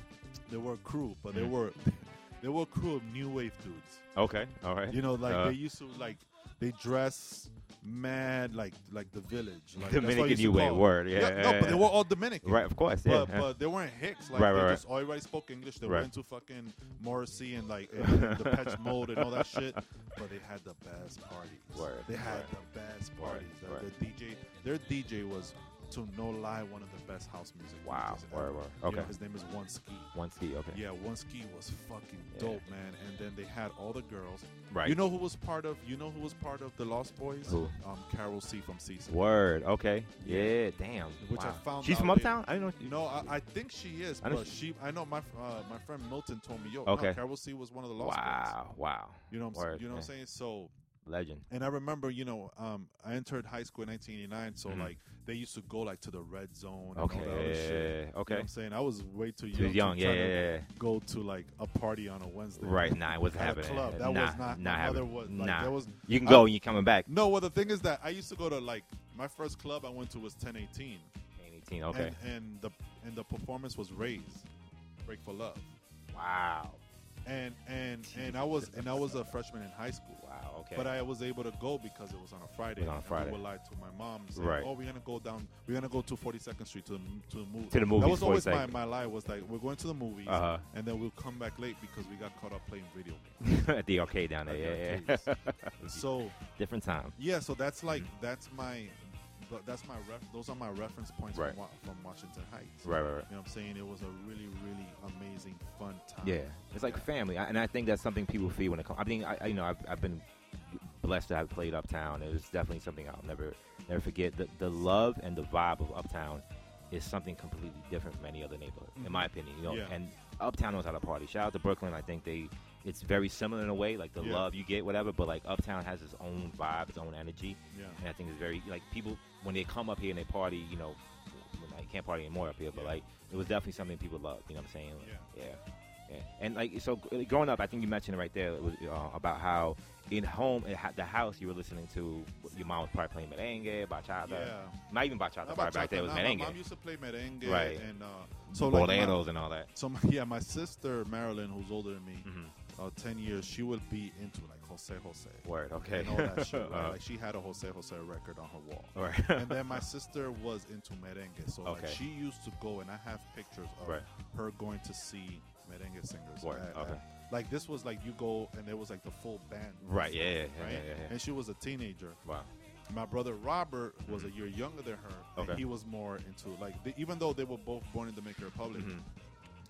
D: They were a crew, but they
C: Mhm.
D: were they were a crew of new wave dudes.
C: Okay. All right.
D: You know, like
C: Uh,
D: they used to like they dress mad like like the village, like
C: Dominican New Wave.
D: word.
C: Word. Yeah.
D: no, but they were all Dominican.
C: Right. Of course. Yeah.
D: But,
C: yeah.
D: but they weren't Hicks. Like
C: Right,
D: they
C: right, right.
D: just everybody spoke English. They
C: Right.
D: went to fucking Morrissey and like and the Patch Mode and all that shit. But they had the best parties.
C: Word,
D: They had
C: word.
D: the best
C: Word,
D: parties. The-
C: word.
D: the DJ, their DJ was to No Lie, one of the best house music.
C: Wow.
D: DJs ever.
C: Word, word.
D: You know,
C: Okay.
D: his name is One Ski.
C: One ski. Okay.
D: Yeah, One Ski was fucking
C: Yeah.
D: dope, man. And then they had all the girls.
C: Right.
D: You know who was part of? You know who was part of the Lost Boys?
C: Who?
D: Um, Carol C from Cecil.
C: Word. Okay.
D: Yeah.
C: Yeah. Damn.
D: Which I
C: Wow.
D: found
C: She's
D: out
C: from
D: later.
C: Uptown. I didn't know. She,
D: No, I, I think she is,
C: I know
D: but she. I know my uh, my friend Milton told me, yo, no,
C: Okay.
D: Carol C was one of the Lost Boys.
C: Wow. Wow.
D: You know, what I'm,
C: Word,
D: s- you know what I'm
C: yeah.
D: saying? So,
C: Legend.
D: and I remember, you know, um, I entered high school in 1989, so
C: Mhm.
D: like they used to go like to the red zone. And All that other shit.
C: Okay.
D: You know what
C: Okay.
D: I'm saying I was way too
C: She
D: young.
C: was young.
D: To
C: Yeah.
D: try to
C: Yeah. yeah.
D: Go to like a party on a Wednesday.
C: Right. Nah. It wasn't
D: At a
C: happening.
D: club. That
C: nah.
D: was not.
C: Not
D: my mother
C: happening.
D: was like,
C: nah.
D: There was
C: you can
D: I-
C: go and you're coming back.
D: no. Well, the thing is that I used to go to like my first club I went to was 1018.
C: 18. Okay.
D: And, and the and the performance was Raise, Break for Love.
C: wow.
D: and and and I was and I was a freshman in high school.
C: Wow. Okay.
D: But I was able to go because it was on a Friday.
C: It was on a
D: and
C: Friday.
D: We were like to my mom, saying,
C: Right.
D: "Oh, we're gonna go down. We're gonna go to 42nd Street to the to the movie.
C: To the
D: That
C: movies,
D: was always my,
C: 42nd.
D: my lie was like, we're going to the movies,
C: Uh-huh.
D: and then we'll come back late because we got caught up playing video games.
C: At the arcade down there.
D: at
C: Yeah.
D: the
C: yeah.
D: So
C: Different time.
D: yeah, so that's like
C: Mm-hmm.
D: that's my th- that's my ref. Those are my reference points
C: Right.
D: from, Wa- from Washington Heights.
C: Right. Right. Right.
D: You know what I'm saying? It was a really really amazing fun time.
C: Yeah, it's like family, I, and I think that's something people feel when it comes. I mean, I, I you know I've, I've been blessed to have played Uptown. It was definitely something I'll never never forget. The the love and the vibe of Uptown is something completely different from any other neighborhood, in my opinion. You know,
D: Mm-hmm. Yeah.
C: and Uptown knows how to party. Shout out to Brooklyn. I think they it's very similar in a way, like the
D: Yeah.
C: love you get, whatever. But like Uptown has its own vibe, its own energy,
D: Yeah.
C: and I think it's very like people when they come up here and they party. You know, I can't party anymore up here, but
D: Yeah.
C: like it was definitely something people loved. You know what I'm saying? Like,
D: Yeah.
C: yeah. Yeah. And like so, g- growing up, I think you mentioned it right there it was, uh, about how in home at ha- the house you were listening to your mom was probably playing merengue, bachata,
D: Yeah.
C: not even bachata,
D: Not
C: probably back
D: bachata,
C: there it was
D: nah,
C: merengue,
D: My mom used to play merengue,
C: Right.
D: And uh, so like my-
C: boleros, and all that.
D: so my, yeah, my sister Marilyn, who's older than me,
C: Mm-hmm.
D: uh, ten years, she would be into like Jose Jose
C: Word, okay.
D: and all that shit. Right?
C: Uh,
D: like she had a Jose Jose record on her wall.
C: all right.
D: And then my sister was into merengue, so like
C: Okay.
D: she used to go, and I have pictures of
C: Right.
D: her going to see merengue singers.
C: Word,
D: at-
C: okay.
D: at- like this was like you go, and it was like the full band.
C: Right, yeah, yeah, yeah,
D: right.
C: yeah, yeah, yeah.
D: And she was a teenager,
C: wow.
D: my brother Robert was a year younger than her, and
C: Mm-hmm. Okay.
D: he was more into like the, even though they were both born in Dominican Republic,
C: Mhm.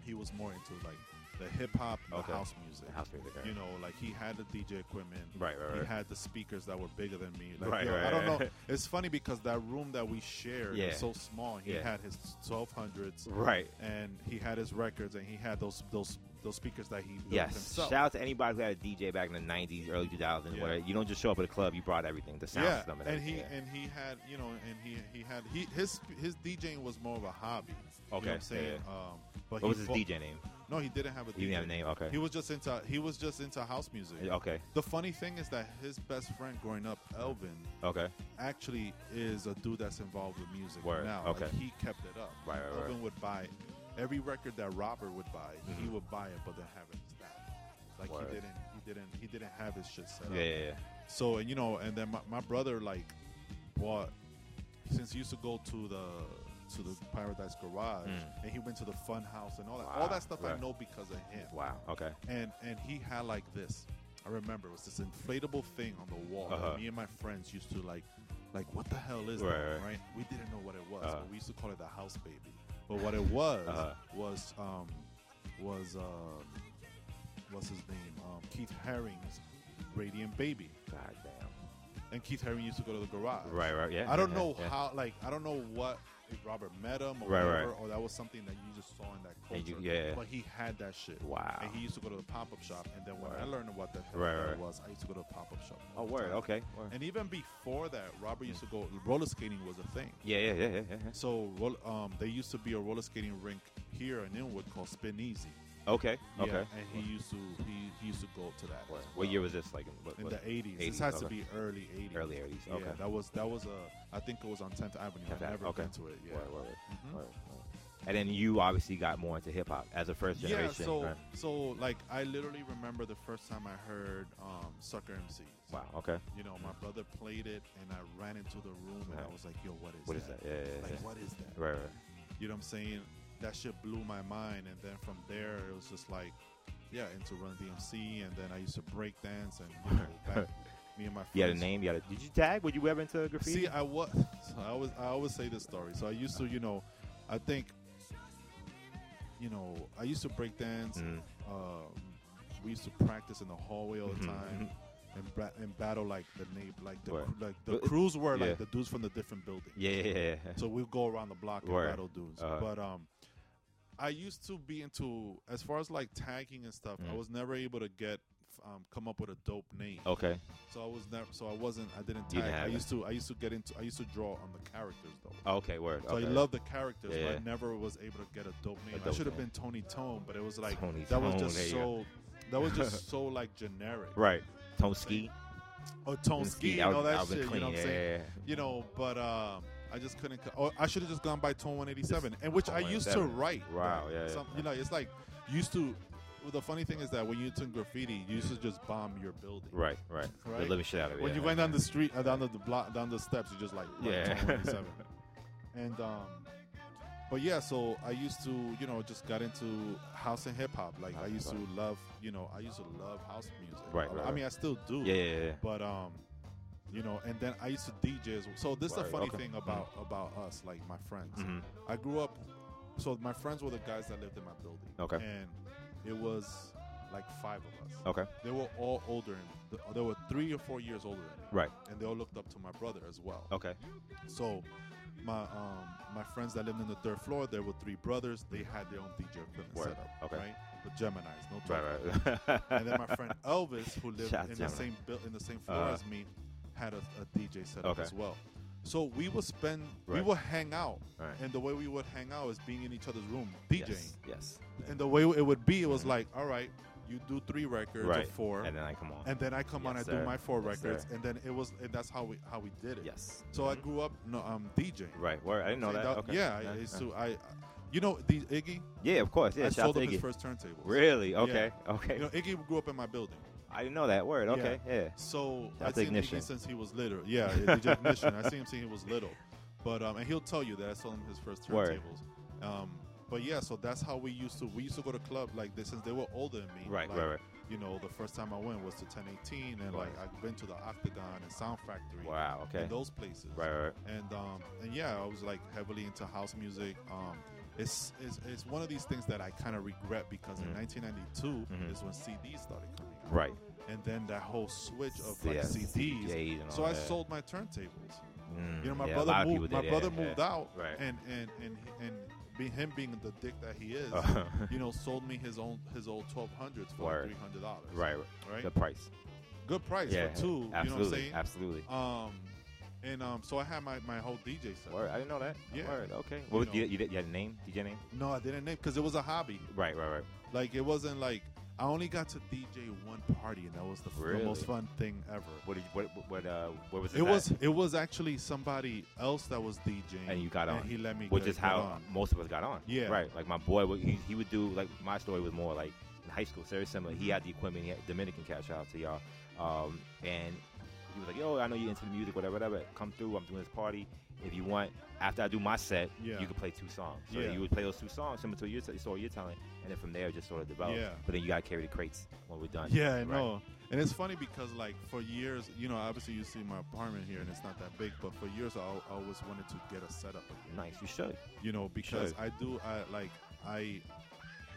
D: he was more into like the hip hop, the
C: Okay.
D: house music.
C: The house music. right.
D: You know, like he had the DJ equipment.
C: right, right,
D: He
C: right.
D: had the speakers that were bigger than me. Like,
C: Right,
D: yo,
C: right,
D: I don't
C: right.
D: know. It's funny because that room that we shared
C: Yeah.
D: is so small. He
C: Yeah.
D: had his 1200s
C: Right.
D: and he had his records and he had those those those speakers that he built
C: Yes.
D: himself.
C: Shout out to anybody who had a DJ back in the '90s, early 2000s,
D: Yeah.
C: where you don't just show up at a club; you brought everything, the sound
D: yeah,
C: system, and,
D: and he
C: everything, yeah.
D: and he had you know, and he he had he his his DJing was more of a hobby. you know
C: Okay,
D: what I'm saying.
C: yeah,
D: Um,
C: what
D: but he
C: was his
D: fo-
C: DJ name?
D: No, he didn't have a DJ.
C: He didn't have a name. Okay.
D: He was just into he was just into house music.
C: Okay.
D: The funny thing is that his best friend growing up, Elvin,
C: Okay.
D: Uh, actually is a dude that's involved with music
C: Word,
D: now. Like,
C: okay.
D: he kept it up.
C: Right, right, right.
D: Elvin would buy every record that Robert would buy. He
C: Mhm.
D: would buy it, but then have it stacked. Like
C: Word.
D: he didn't he didn't he didn't have his shit set up.
C: Yeah, yeah, yeah.
D: So and you know, and then my, my brother like bought since he used to go to the to the Paradise Garage
C: Mm.
D: and he went to the Fun House and all that.
C: Wow,
D: All that stuff I
C: right.
D: know because of him.
C: Wow. Okay.
D: And and he had like this. I remember it was this inflatable thing on the wall
C: Uh-huh.
D: that me and my friends used to like like what the hell is
C: Right,
D: that? Right.
C: right.
D: We didn't know what it was,
C: Uh-huh.
D: but we used to call it the house baby. But what it was
C: Uh-huh.
D: was um was uh what's his name? Um, Keith Haring's Radiant Baby
C: God damn.
D: and Keith Haring used to go to the garage.
C: Right, right, yeah.
D: I don't
C: yeah,
D: know
C: yeah.
D: how, like, I don't know what if Robert met him or
C: Right,
D: whatever,
C: right.
D: or that was something that you just saw in that
C: And you-
D: culture.
C: yeah.
D: But he had that shit.
C: Wow.
D: And he used to go to the pop up shop, and then when I
C: Right.
D: learned what the hell
C: Right,
D: that
C: right.
D: was, I used to go to the pop up shop.
C: Oh,
D: all the
C: word.
D: time.
C: Okay. Word.
D: And even before that, Robert used to go roller skating was a thing.
C: Yeah, yeah, yeah, yeah, yeah. yeah.
D: So roll- um, there used to be a roller skating rink here in Inwood called Spin Easy.
C: Okay. Okay.
D: Yeah, and he used to he, he used to go to that.
C: Word.
D: as
C: What
D: well.
C: year was this? Like in, what,
D: In
C: what?
D: the 80s. This
C: 80s,
D: has to
C: okay.
D: be early 80s.
C: early 80s. Okay.
D: Yeah, that was that was a. I think it was on 10th Avenue.
C: Tenth
D: I
C: Ave,
D: never
C: okay.
D: been to it. Yeah.
C: Word, word, word.
D: Mhm.
C: Word, word. And then you obviously got more into hip hop as a first
D: Yeah.
C: generation.
D: So
C: right?
D: so like I literally remember the first time I heard um, Sucker MC.
C: Wow. Okay.
D: You know, my brother played it, and I ran into the room, and I
C: Right.
D: was like, "Yo, what is
C: What
D: that?
C: is that? Yeah, yeah, yeah.
D: Like, what is that?
C: Right, right.
D: You know what I'm saying? That shit blew my mind, and then from there it was just like, yeah, into Run DMC, and then I used to break dance, and you know, back, me and my friends.
C: You had a name. You had a, did you tag? Were you ever into graffiti?
D: See, I was. I always, I always say this story. So I used to, you know, I think, you know, I used to break dance.
C: Mhm.
D: Uh, we used to practice in the hallway all the
C: Mhm,
D: time, and, ba- and battle like the neighbor, like the
C: Right.
D: cr- like the
C: But it-
D: crews were
C: yeah.
D: like the dudes from the different buildings.
C: Yeah, yeah, yeah.
D: So we'd go around the block and
C: Word.
D: battle dudes.
C: Uh-huh.
D: But um, I used to be into as far as like tagging and stuff. I
C: Mm.
D: was never able to get um, come up with a dope name.
C: Okay.
D: So I was never. So I wasn't. I didn't
C: You
D: tag.
C: didn't
D: I
C: have it.
D: used to. I used to get into. I used to draw on the characters though.
C: Okay. Word.
D: So
C: okay.
D: I love the characters, but
C: Yeah.
D: I never was able to get a dope name. I
C: dope
D: should have
C: name.
D: been Tony Tone, but it was like
C: Tony
D: that was
C: Tone, there
D: just
C: you
D: so. That was just so like generic.
C: Right. Tone ski.
D: Or Tone Ski, you
C: Al-
D: know that
C: Alvin
D: shit. You know
C: Clean,
D: what I'm
C: yeah,
D: saying?
C: yeah, yeah.
D: You know, but um, I just couldn't. co- Or I should have just gone by Tone 187, and which I
C: Tone
D: used to
C: 187.
D: write.
C: Wow,
D: like,
C: yeah, yeah.
D: some- you know, it's like used to. Well, the funny thing is that when you do graffiti, you used to just bomb your building.
C: Right. Right.
D: Right?
C: The living shit out of it.
D: when
C: yeah.
D: you went down the street, uh, down the, the block, down the steps, you just like right,
C: Yeah.
D: Tone 187. and um, but yeah, so I used to, you know, just got into house and hip hop. Like I
C: House and
D: used to
C: hip
D: love, you know, I used to love house music.
C: Right,
D: I,
C: right,
D: I mean, I still do.
C: Yeah. Yeah. yeah.
D: But um, you know, and then I used to DJ as well. So this is the
C: Right,
D: funny
C: okay. Mm-hmm.
D: thing about about us, like my friends.
C: Mhm.
D: I grew up. So my friends were the guys that lived in my building.
C: Okay.
D: And it was like five of us.
C: Okay.
D: They were all older. And they were three or four years older than me.
C: Right.
D: And they all looked up to my brother as well.
C: Okay.
D: So my um my friends that lived in the third floor, there were three brothers. They had their own DJ equipment
C: Word.
D: set up.
C: Okay.
D: Right. The Gemini's, no
C: Right.
D: talk.
C: Right.
D: And then my friend Elvis, who lived
C: Shout
D: in
C: out
D: the
C: Gemini.
D: same buil- in the same floor
C: Uh,
D: as me, had a, a DJ set up
C: Okay.
D: as well. So we would spend, we
C: Right.
D: would hang out,
C: Right.
D: and the way we would hang out is being in each other's room DJing.
C: Yes. yes.
D: And the way it would be, it was
C: Mhm.
D: like, all right, you do three records
C: Right.
D: or four,
C: And then I come on.
D: and then I come on, I
C: Yes,
D: do
C: sir.
D: my four
C: Yes,
D: records,
C: sir.
D: and then it was, and that's how we how we did it.
C: yes.
D: So I
C: Mhm.
D: grew up no, um, DJing.
C: Right. Word. I didn't know
D: So
C: that. okay.
D: Yeah, I
C: Uh,
D: used
C: uh.
D: to. I, you know, these Iggy.
C: Yeah. Of course. Yeah.
D: I
C: shout out
D: sold
C: to
D: up his
C: Iggy.
D: first turntables.
C: Really? Okay. Okay.
D: You know, Iggy grew up in my building.
C: I didn't know that word.
D: Yeah.
C: Okay. Yeah.
D: So
C: Shout out
D: I've
C: to
D: seen
C: Ignition.
D: Iggy since he was little. Yeah, yeah, DJ Ignition. I seen him since he was little. But um, and he'll tell you that I sold him his first
C: Word.
D: turntables. Um, but yeah, so that's how we used to. We used to go to club like this since they were older than me.
C: Right.
D: Like,
C: right. Right.
D: You know, the first time I went was to 1018, and
C: Right.
D: like I've been to the Octagon and Sound Factory
C: Wow. Okay.
D: and those places.
C: Right. Right. right.
D: And um, and yeah, I was like heavily into house music. Um, it's, it's, it's one of these things that I kind of regret because
C: Mhm.
D: in 1992
C: Mhm.
D: is when CDs started coming out
C: Right.
D: and then that whole switch of like
C: Yeah,
D: CDs.
C: CDs and
D: So
C: all
D: I
C: that.
D: sold my turntables.
C: Mm,
D: You know, my
C: yeah, a lot
D: brother
C: of
D: moved.
C: people
D: My
C: did, yeah,
D: brother
C: yeah.
D: moved out,
C: Right.
D: and and and and be him being the dick that he is,
C: Uh,
D: you know, sold me his own his old twelve hundreds for
C: Word.
D: like three hundred dollars.
C: right, right.
D: right.
C: The price.
D: Good price
C: yeah.
D: for two.
C: Absolutely.
D: You know what I'm saying?
C: Absolutely.
D: Um, and um, so I had my my whole DJ set.
C: Word. I didn't know that.
D: Yeah.
C: Word. Okay.
D: You
C: What was
D: know.
C: you, you, did- you had a name? DJ name?
D: No, I didn't name because it was a hobby.
C: Right. Right. Right.
D: Like it wasn't like I only got to DJ one party, and that was the, f- the
C: Really?
D: most fun thing ever.
C: What did you, what what- what uh what was
D: It
C: at?
D: was it was actually somebody else that was DJing,
C: And you got on,
D: He let me,
C: which
D: get-
C: is
D: get
C: how
D: on.
C: most of us got on.
D: Yeah.
C: Right. Like my boy, would- he, he would do like my story was more like in high school, very similar. He had the equipment. He had Dominican cash out to y'all, um, and he was like, "Yo, I know you're into the music, whatever, whatever. Come through. I'm doing this party. If you want, after I do my set,
D: Yeah.
C: you can play two songs. So
D: Yeah.
C: you would play those two songs, similar to your t- story, your talent, and then from there it just sort of developed.
D: Yeah.
C: But then you got to carry the crates when we're done.
D: Yeah, I
C: Right.
D: know. And it's funny because like for years, you know, obviously you see my apartment here, and it's not that big, but for years I, al- I always wanted to get a setup again.
C: Nice. You should.
D: You know, because
C: Sure.
D: I do, I like I.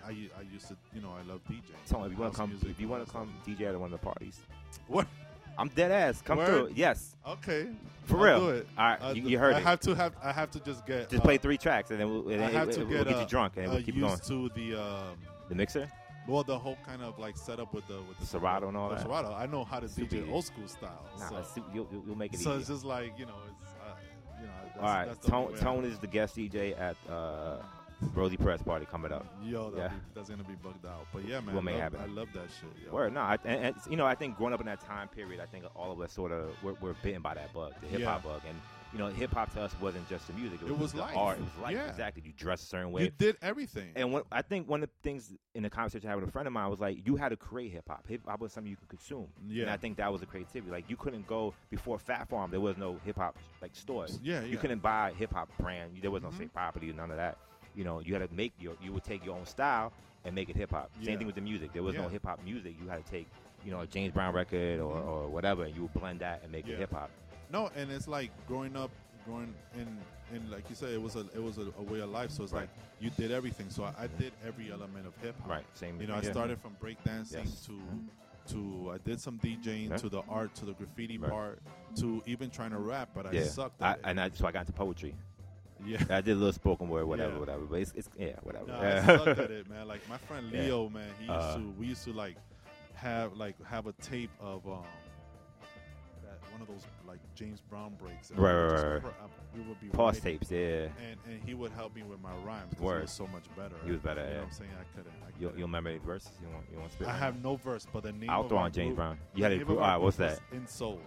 D: I, u- I used to, you know, I love DJing.
C: Tell him if you want
D: house
C: to come,
D: music,
C: if you
D: all
C: want
D: that
C: to come
D: stuff.
C: DJ at one of the parties.
D: What?
C: I'm dead ass. Come
D: Word?
C: through. Yes.
D: Okay.
C: For
D: I'll
C: real.
D: do it.
C: All right.
D: I'll
C: you,
D: do-
C: you heard
D: I
C: it.
D: have to have. I have to just get.
C: Just
D: uh,
C: play three tracks, and then we'll, and
D: I
C: then
D: have
C: it-
D: to
C: it-
D: get
C: we'll get
D: uh,
C: you drunk, and
D: uh,
C: then we'll keep it
D: used
C: going.
D: to the um,
C: The mixer,
D: Well, the whole kind of like setup with the with the
C: Serato and all
D: the
C: that.
D: Serato. I know how to
C: Stupid.
D: DJ old school style.
C: nah,
D: so
C: that's- you'll, you'll, you'll make it
D: so
C: easy.
D: it's just like you know, it's uh, you know. That's,
C: All right,
D: that's the
C: Tone,
D: way I-
C: Tone is the guest DJ at uh, Rosie Press Party coming up.
D: Yo, that'd
C: Yeah.
D: be, that's gonna be bugged out. But yeah, man,
C: We'll make
D: I
C: it
D: love,
C: happen.
D: I love that shit. Yo.
C: Word, no, I, and, and, you know, I think growing up in that time period, I think all of us sort of we're, we're bitten by that bug, the hip hop bug, and you know, hip hop to us wasn't just the music; it was,
D: It was
C: the
D: life.
C: art, it was life.
D: Yeah.
C: Exactly, you dress a certain way,
D: You did everything.
C: And one, I think one of the things in the conversation I had with a friend of mine was like, you had to create hip hop. Hip hop was something you could consume. And
D: Yeah.
C: I think that was the creativity. Like you couldn't go before Fat Farm, there was no hip hop like stores.
D: Yeah,
C: You
D: yeah.
C: couldn't buy hip hop brand. There was no
D: Mhm.
C: say property, none of that. You know, you had to make your. You would take your own style and make it hip hop.
D: Yeah.
C: Same thing with the music. There was no
D: Yeah. Mm-hmm.
C: hip hop music. You had to take you know, a James Brown record or, or whatever, and you would blend that and make
D: Yeah.
C: it hip hop.
D: No, and it's like growing up, growing and and like you said, it was a it was a, a way of life. So it's
C: Right.
D: like you did everything. So I, I did every element of hip hop.
C: Right. Same.
D: You know, I
C: yeah.
D: started from breakdancing
C: Yes.
D: to
C: Mhm.
D: to I did some DJing
C: Yeah.
D: to the art to the graffiti
C: Right.
D: part to even trying to rap, but I
C: Yeah.
D: sucked
C: I,
D: at it.
C: and I so I got into poetry.
D: yeah.
C: I did a little spoken word, whatever,
D: Yeah.
C: whatever. But it's, it's yeah, whatever.
D: No,
C: Yeah.
D: I sucked at it, man. Like my friend
C: Yeah.
D: Leo, man, he used
C: Uh,
D: to we used to like have like have a tape of um that one of those like James Brown breaks. And
C: Right,
D: we would
C: right,
D: just
C: right,
D: pr- uh, we would be
C: Pause
D: writing,
C: tapes. Yeah.
D: and and he would help me with my rhymes because he
C: Word.
D: was so much better.
C: He was better,
D: You know
C: yeah.
D: what I'm saying? I couldn't. I,
C: You,
D: couldn't.
C: you remember any verses? You want you want to spit?
D: I
C: one?
D: have no verse, but the name.
C: I'll
D: of
C: throw
D: our
C: on James
D: group-
C: Brown. You
D: the
C: had a
D: name
C: group.
D: of
C: All
D: our
C: right, what's
D: group
C: that?
D: was In Soul.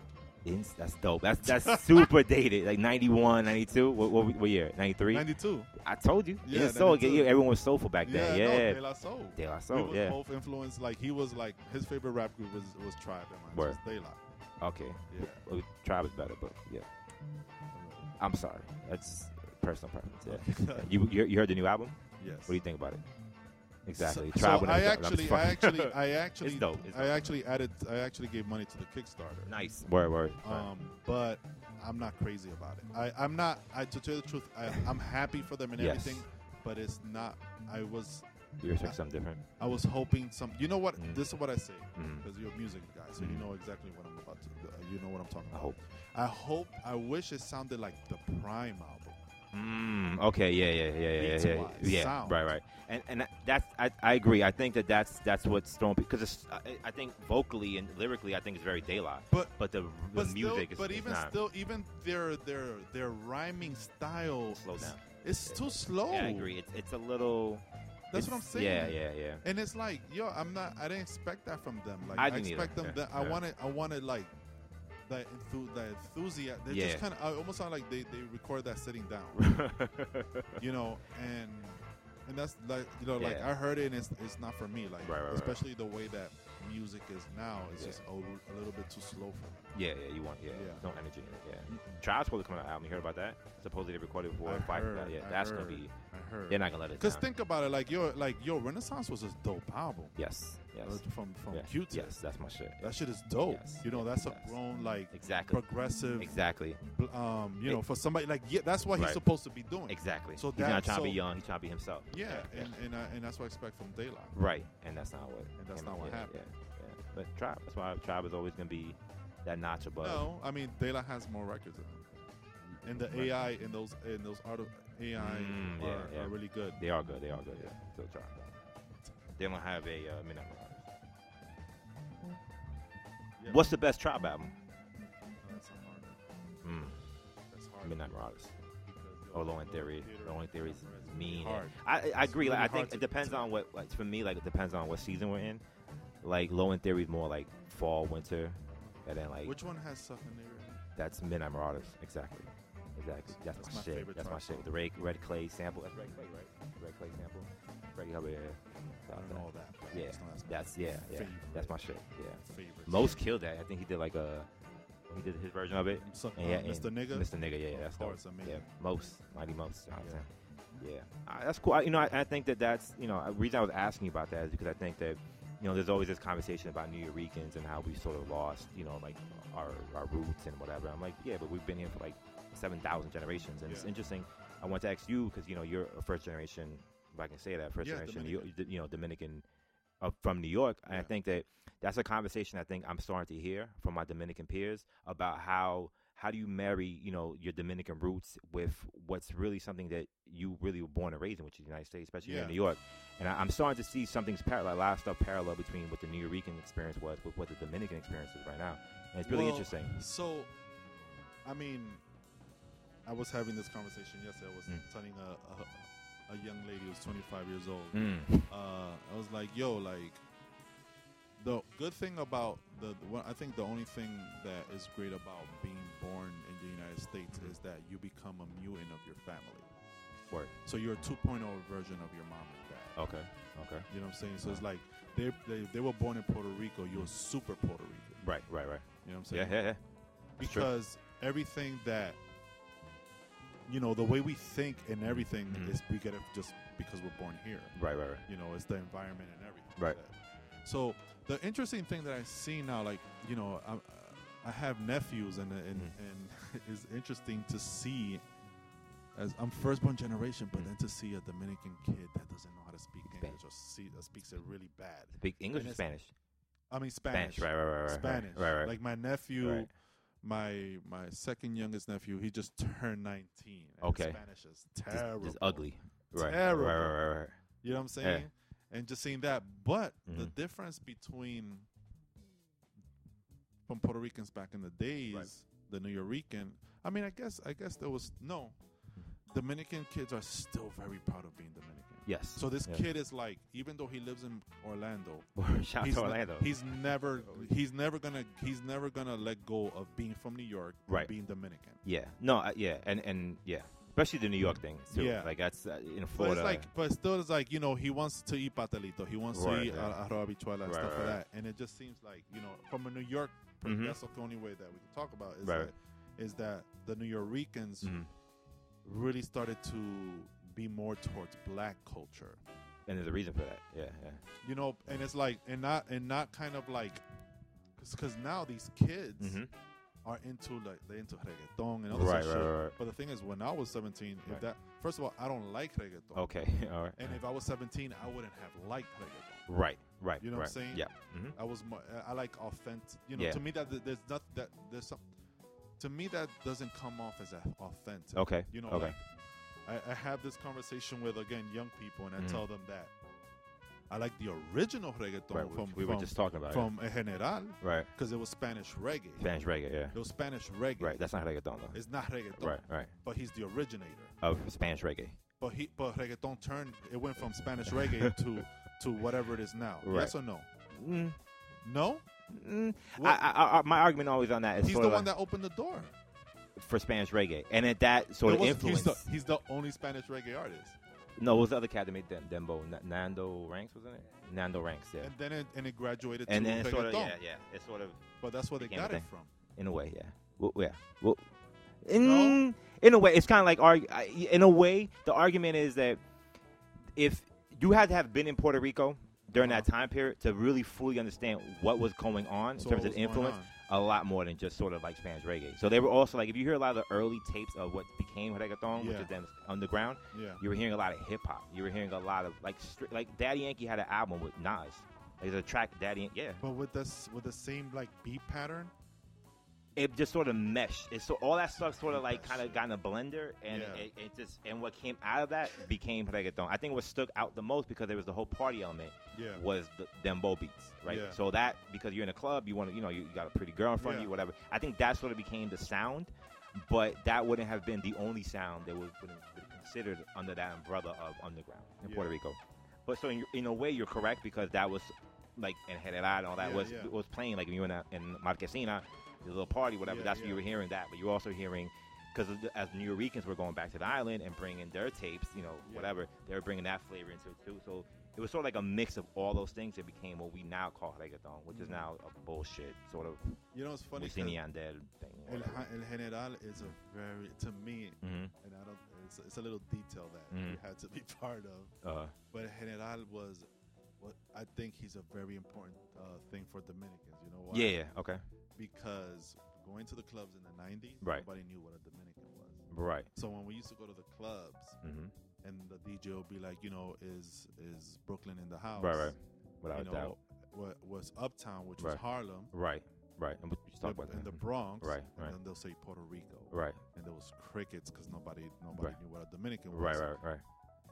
C: Ins- that's dope. That's that's super dated. Like 91, 92. What, what, what year? 93.
D: 92.
C: I told you.
D: Yeah,
C: Yeah, soul.
D: 92.
C: Yeah, everyone was soulful back then.
D: no,
C: Yeah.
D: De La Soul.
C: De La
D: we
C: Soul.
D: was
C: yeah.
D: both influenced. Like he was like his favorite rap group was was Tribe and mine
C: Word.
D: was De La.
C: Okay.
D: Yeah.
C: Well, Tribe is better, but yeah. I'm sorry. That's personal preference. Yeah. You, you you heard the new album?
D: yes.
C: What do you think about it? Exactly.
D: So,
C: Tribe.
D: so
C: when
D: I
C: was out- I'm
D: actually,
C: just
D: I
C: fucking-
D: actually, I actually,
C: dope, it's
D: I
C: dope.
D: actually added, I actually gave money to the Kickstarter.
C: nice. Word word.
D: Um, but I'm not crazy about it. I, I'm not. I to tell you the truth, I, I'm happy for them and
C: Yes.
D: everything, but it's not. I was,
C: you expect something different.
D: I was hoping some. You know what?
C: Mm.
D: This is what I say
C: Mm.
D: because you're a music guy, so you
C: Mm.
D: know exactly what I'm about to. Uh, you know what I'm talking
C: I
D: about.
C: hope.
D: I hope. I wish it sounded like the Prime album.
C: Mm, okay, yeah, yeah, yeah, yeah, yeah, yeah,
D: Beats-wise,
C: yeah.
D: sound.
C: Right, right. And and that's I, I agree. I think that that's that's what's thrown because it's I, I think vocally and lyrically I think it's very daylight.
D: But-
C: but the, the
D: But still,
C: music is,
D: but
C: is
D: even
C: not
D: still, even their their their rhyming style
C: slow down.
D: It's
C: Yeah.
D: too slow.
C: Yeah, I agree. It's it's a little.
D: That's what I'm
C: it's-
D: saying.
C: Yeah, yeah, yeah.
D: And it's like, yo, I'm not. I didn't expect that from them. Like,
C: I
D: I,
C: didn't either.
D: expect them.
C: Yeah,
D: That I
C: yeah.
D: wanted. I wanted like that. Enthu- that enthusiasm. They
C: Yeah.
D: just kind of. I almost sound like they they record that sitting down.
C: right,
D: you know, and and that's like you know, like
C: Yeah.
D: I heard it. and It's it's not for me. Like
C: Right, right, right.
D: especially the way that music is now. It's
C: Yeah.
D: just a, a little bit too slow for
C: yeah, yeah. You want yeah,
D: Yeah.
C: no energy in it. Yeah.
D: me.
C: Tribe's supposed to come out an album. You heard about that? Supposedly they recorded for
D: I
C: five.
D: heard,
C: yeah,
D: I
C: that's gonna
D: heard.
C: be.
D: I heard.
C: They're not gonna let it.
D: Cause
C: down.
D: think about it, like yo, like yo, Renaissance was a dope album.
C: yes, yes,
D: Uh, From from
C: yeah,
D: Q-Tip.
C: yes. That's my shit.
D: That shit is dope.
C: Yes,
D: You know,
C: yes,
D: that's a
C: yes.
D: grown like
C: Exactly.
D: progressive.
C: Exactly.
D: bl- Um, you know, for somebody like yeah, that's what he's
C: Right.
D: supposed to be doing.
C: Exactly.
D: So
C: he's
D: that-
C: not trying to be
D: so-
C: young. He's trying to be himself.
D: Yeah, and and, I, and that's what I expect from Daylight.
C: right. And that's not what.
D: And that's
C: and-
D: not what
C: yeah,
D: happened.
C: Yeah, yeah. But tribe. That's why tribe is always gonna be that notch above.
D: No, I mean Daylight has more records. Than him. And the
C: Right.
D: AI and those and those art of AI
C: Mm,
D: are,
C: yeah, yeah.
D: are really good.
C: They are good. They are good. Yeah. So tribe. They don't have a uh, midnight Runners.
D: Yeah.
C: What's the best tribe album?
D: That's hard.
C: Mm,
D: That's hard.
C: midnight Riders.
D: because, yo,
C: Or Low End
D: no
C: oh, Theory.
D: theater
C: Low End Theory is
D: reference.
C: mean.
D: Hard.
C: I, I
D: It's
C: agree. Like,
D: really
C: I
D: hard
C: think
D: to-
C: it depends on what, like, for me, like, it depends on what season we're in. Like, Low End Theory is more like fall, winter, and then, like,
D: Which one has something there?
C: that's Midnight Marauders. Exactly. Exactly. That's,
D: That's
C: my,
D: my
C: shit.
D: favorite
C: That's my
D: track.
C: shit. The Red, red Clay sample. That's Red Clay, right? Red Clay sample. Freddie Hubbard. Yeah.
D: I
C: About
D: don't
C: that.
D: know all that. but
C: Yeah.
D: it's not as my
C: That's, yeah, yeah. That's my shit. Yeah.
D: favorite.
C: Most killed that. I think he did, like, a. He did his version of it.
D: So, uh,
C: And yeah,
D: Mr.
C: and
D: Nigga.
C: Mr. Nigga, yeah, yeah
D: Of
C: that's
D: course, I
C: dope.
D: mean-
C: yeah, most mighty most Johnson. Yeah, I, that's cool. I, you know, I, I think that that's you know the reason I was asking you about that is because I think that you know there's always this conversation about New Yorkers and how we sort of lost you know like our our roots and whatever. I'm like, yeah, but we've been here for like seven thousand generations, and it's
D: Yeah.
C: interesting. I want to ask you because you know you're a first generation, if I can say that, first
D: Yeah,
C: generation, New York, you know, Dominican uh, from New York, and I
D: Yeah.
C: think that that's a conversation I think I'm starting to hear from my Dominican peers about how how do you marry you know your Dominican roots with what's really something that you really were born and raised in, which is the United States, especially here in
D: Yeah.
C: New York. And I, I'm starting to see something's parallel, a lot of stuff parallel between what the New Yorker experience was with what the Dominican experience is right now, and it's really
D: Well,
C: interesting.
D: So, I mean, I was having this conversation yesterday. I was
C: Mm.
D: telling a, a, a young lady who was 25 years old.
C: Mm.
D: Uh, I was like, yo, like, the good thing about the, the one, I think the only thing that is great about being born in the United States
C: Mhm.
D: is that you become a mutant of your family.
C: Word.
D: So you're a 2.0 version of your mom and dad.
C: Okay. Okay.
D: You know what I'm saying? So it's like they, they they were born in Puerto Rico. You're super Puerto Rican.
C: Right. Right. Right.
D: You know what I'm saying?
C: Yeah. Yeah. Yeah. That's true.
D: because everything that you know the way we think and everything
C: Mhm.
D: is we get it just because we're born here
C: Right. Right. Right.
D: you know it's the environment and everything
C: Right.
D: that- So the interesting thing that I see now, like you know, I, I have nephews, and and,
C: Mm-hmm.
D: and it's interesting to see. As I'm firstborn generation,
C: Mm-hmm.
D: but then to see a Dominican kid that doesn't know how to speak English or see, uh, speaks it really bad.
C: Speak English
D: And
C: or
D: it's-
C: Spanish?
D: I mean Spanish,
C: right, right, right, right, right,
D: Spanish.
C: right, right.
D: Like my nephew,
C: Right.
D: my my second youngest nephew, he just turned 19. and
C: Okay.
D: his Spanish is
C: Just,
D: terrible.
C: just ugly. Right.
D: Terrible.
C: Right, right, right, right.
D: You know what I'm saying? And just seeing that, but the
C: Mhm.
D: difference between from Puerto Ricans back in the days, the New Yorican. I mean, I guess I guess there was no Dominican kids are still very proud of being Dominican.
C: Yes.
D: So this
C: Yeah.
D: kid is like, even though he lives in Orlando,
C: Shout out
D: he's
C: to
D: ne-
C: Orlando.
D: he's never he's never gonna he's never gonna let go of being from New York and
C: Right.
D: being Dominican.
C: yeah. No. I, yeah. And and yeah. Especially the New York thing too.
D: Yeah.
C: Like that's uh, in
D: But
C: Florida.
D: it's like, but still, it's like you know, he wants to eat patelito, he wants
C: Right,
D: to eat
C: yeah.
D: uh, arroz habichuela
C: Right,
D: and stuff
C: right,
D: like
C: right.
D: that. And it just seems like you know, from a New York, per-
C: Mhm.
D: that's the only way that we can talk about is
C: Right.
D: that is that the New Yorkers
C: Mhm.
D: really started to be more towards black culture,
C: and there's a reason for that. Yeah. Yeah.
D: you know, and it's like and not and not kind of like because now these kids.
C: Mhm.
D: are into like they're into reggaeton and all this
C: Right,
D: other
C: right,
D: shit.
C: right, right.
D: But the thing is, when I was 17, if
C: Right.
D: that first of all, I don't like reggaeton.
C: Okay. All right.
D: And if I was 17, I wouldn't have liked reggaeton.
C: Right. Right.
D: You know what I'm
C: right.
D: saying?
C: Yeah. hmm
D: I was more, I like authentic. You know,
C: Yeah.
D: to me that that- there's not that there's some. To me, that doesn't come off as a- authentic.
C: Okay.
D: You know,
C: Okay.
D: like I, I have this conversation with again young people, and I
C: Mhm.
D: tell them that I like the original reggaeton
C: right. we-
D: from
C: we
D: from,
C: were just talking about it.
D: from El General
C: Right.
D: because it was Spanish reggae.
C: Spanish reggae. Yeah.
D: It was Spanish reggae.
C: Right. That's not reggaeton though.
D: It's not reggaeton.
C: Right. Right.
D: but he's the originator.
C: Of Spanish reggae.
D: But he, but reggaeton turned. It went from Spanish reggae to to whatever it is now.
C: Right.
D: Yes or no?
C: Mm.
D: No.
C: Mm, I,
D: What-
C: I, I, my argument always on that is
D: he's
C: sort
D: the
C: of
D: one
C: like
D: that opened the door.
C: for Spanish reggae, and at that sort
D: There
C: of
D: was-
C: influence.
D: He's the, he's the only Spanish reggae artist.
C: no, it was the other cat that made Dem- Dembo, N- Nando Ranks, wasn't it? Nando Ranks, yeah.
D: And then it, and it graduated
C: And
D: to
C: then it
D: reggaeton.
C: sort of, yeah, yeah, it's sort of
D: But that's where they
C: became a
D: got it
C: thing.
D: from.
C: in a way, yeah, well, yeah. Well, in in a way, it's kind of like arg- I- in a way, the argument is that if you had to have been in Puerto Rico during that time period to really fully understand what was going on in
D: Uh-huh. So
C: terms of
D: what was going
C: influence,
D: on?
C: a lot more than just sort of like Spanish reggae. So they were also like, if you hear a lot of the early tapes of what became reggaeton, which
D: Yeah.
C: is then underground,
D: Yeah.
C: you were hearing a lot of hip hop. You were hearing a lot of like stri- like Daddy Yankee had an album with Nas. Like there's a track Daddy Yankee, yeah.
D: But with this with the same like beat pattern.
C: It just sort of meshed. It's so all that stuff sort of like kind of got in a blender, and
D: Yeah.
C: it, it just and what came out of that became reggaeton. I think what stuck out the most because there was the whole party element
D: Yeah.
C: was the dembo beats, right?
D: Yeah.
C: So that because you're in a club, you want to, you know, you, you got a pretty girl in front of
D: Yeah.
C: you, whatever. I think that sort of became the sound, but that wouldn't have been the only sound that would would have been considered under that umbrella of underground in
D: Yeah.
C: Puerto Rico. But so in, in a way, you're correct because that was like in General and all that
D: Yeah,
C: was
D: yeah.
C: was playing like when you were in, a, in Marquesina, the little party, whatever.
D: Yeah,
C: that's what
D: yeah.
C: you were hearing that, but you're also hearing. Because as New Yorkers were going back to the island and bringing their tapes, you know,
D: Yeah.
C: whatever, they were bringing that flavor into it too. So it was sort of like a mix of all those things that became what we now call reggaeton, which is now a bullshit sort of
D: You know, it's Mm-hmm. funny. 'cause
C: Wisin y Yandel
D: El,
C: thing.
D: Ha- El General is a very to me,
C: Mm-hmm.
D: and I don't. It's, it's a little detail that
C: Mhm.
D: you had to be part of.
C: Uh,
D: But General was, what I think he's a very important uh, thing for Dominicans. You know why?
C: yeah, yeah, okay,
D: Because going to the clubs in the '90s,
C: Right.
D: nobody knew what a Dominican was.
C: right.
D: So when we used to go to the clubs,
C: Mm-hmm.
D: and the DJ would be like, you know, is is Brooklyn in the house?
C: Right, right. Without
D: You
C: a doubt.
D: know, what was Uptown, which
C: Right.
D: was Harlem,
C: Right, right. And we just talked
D: the,
C: about
D: in
C: that. Mm-hmm.
D: the Bronx,
C: Right,
D: and
C: right.
D: then they'll say Puerto Rico,
C: right,
D: and there was crickets because nobody nobody
C: Right.
D: knew what a Dominican was.
C: right, right, right.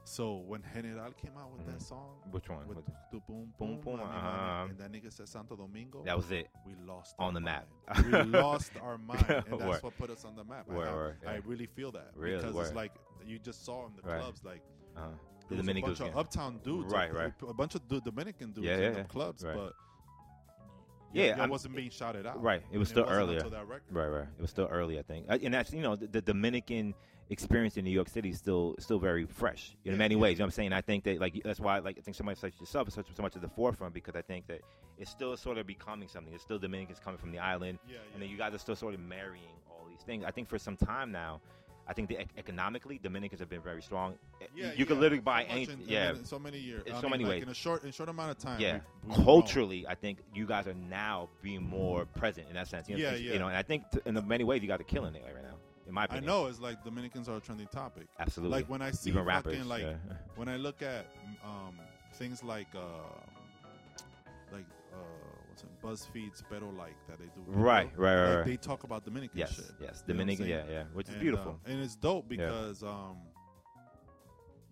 D: So when General came out with
C: Mhm.
D: that song,
C: Which one?
D: with the boom
C: Boom,
D: boom
C: boom,
D: mami,
C: uh-huh.
D: mami, and that nigga said Santo Domingo.
C: that was it.
D: we lost
C: on
D: our
C: the
D: mind.
C: map.
D: we lost our mind, and that's
C: Word.
D: what put us on the map. I
C: Word,
D: have-
C: word,
D: I
C: yeah.
D: really feel that
C: Really,
D: because
C: word.
D: it's like you just saw in the
C: Right.
D: clubs, like
C: Uh,
D: there was a bunch of uptown dudes,
C: Right,
D: a,
C: right.
D: a bunch of du- Dominican dudes
C: Yeah, yeah,
D: in the
C: yeah.
D: clubs,
C: Right.
D: but
C: Yeah,
D: yeah, I
C: I'm-
D: wasn't being shouted out.
C: Right, it was
D: Ah, And
C: still
D: wasn't
C: earlier.
D: until that record.
C: Right, right. It was still early, I think, Uh, and that's you know the, the Dominican experience in New York City is still still very fresh in
D: Yeah,
C: many
D: yeah.
C: ways. You know what I'm saying? I think that like that's why like I think somebody such as yourself is such so much at the forefront because I think that it's still sort of becoming something. It's still Dominicans coming from the island,
D: Yeah,
C: and
D: yeah.
C: then you guys are still sort of marrying all these things. I think for some time now, I think the, ec- economically, Dominicans have been very strong. E,
D: Yeah,
C: you can
D: yeah.
C: literally
D: So
C: buy
D: much
C: anything.
D: in-
C: yeah,
D: in, in so many years.
C: In
D: I
C: so
D: mean,
C: many
D: like,
C: ways.
D: In a short, in a short amount of time.
C: yeah.
D: we- we've grown.
C: Culturally, I think you guys are now being more present in that sense. You know,
D: Yeah,
C: it's-
D: yeah.
C: You know, and I think t- in many ways you guys are killing it right now. In my
D: I
C: opinion,
D: know it's like Dominicans are a trending topic.
C: absolutely.
D: Like when I see
C: Even
D: fucking
C: rappers,
D: like
C: yeah.
D: when I look at um, things like uh, like uh, what's it BuzzFeed's Pero like that they do. video,
C: right, right, right,
D: like,
C: right.
D: They talk about Dominican
C: yes,
D: shit.
C: yes,
D: You know what I'm
C: Dominican,
D: saying?
C: yeah, yeah, which is
D: And,
C: beautiful.
D: uh, and it's dope
C: Yeah.
D: because um,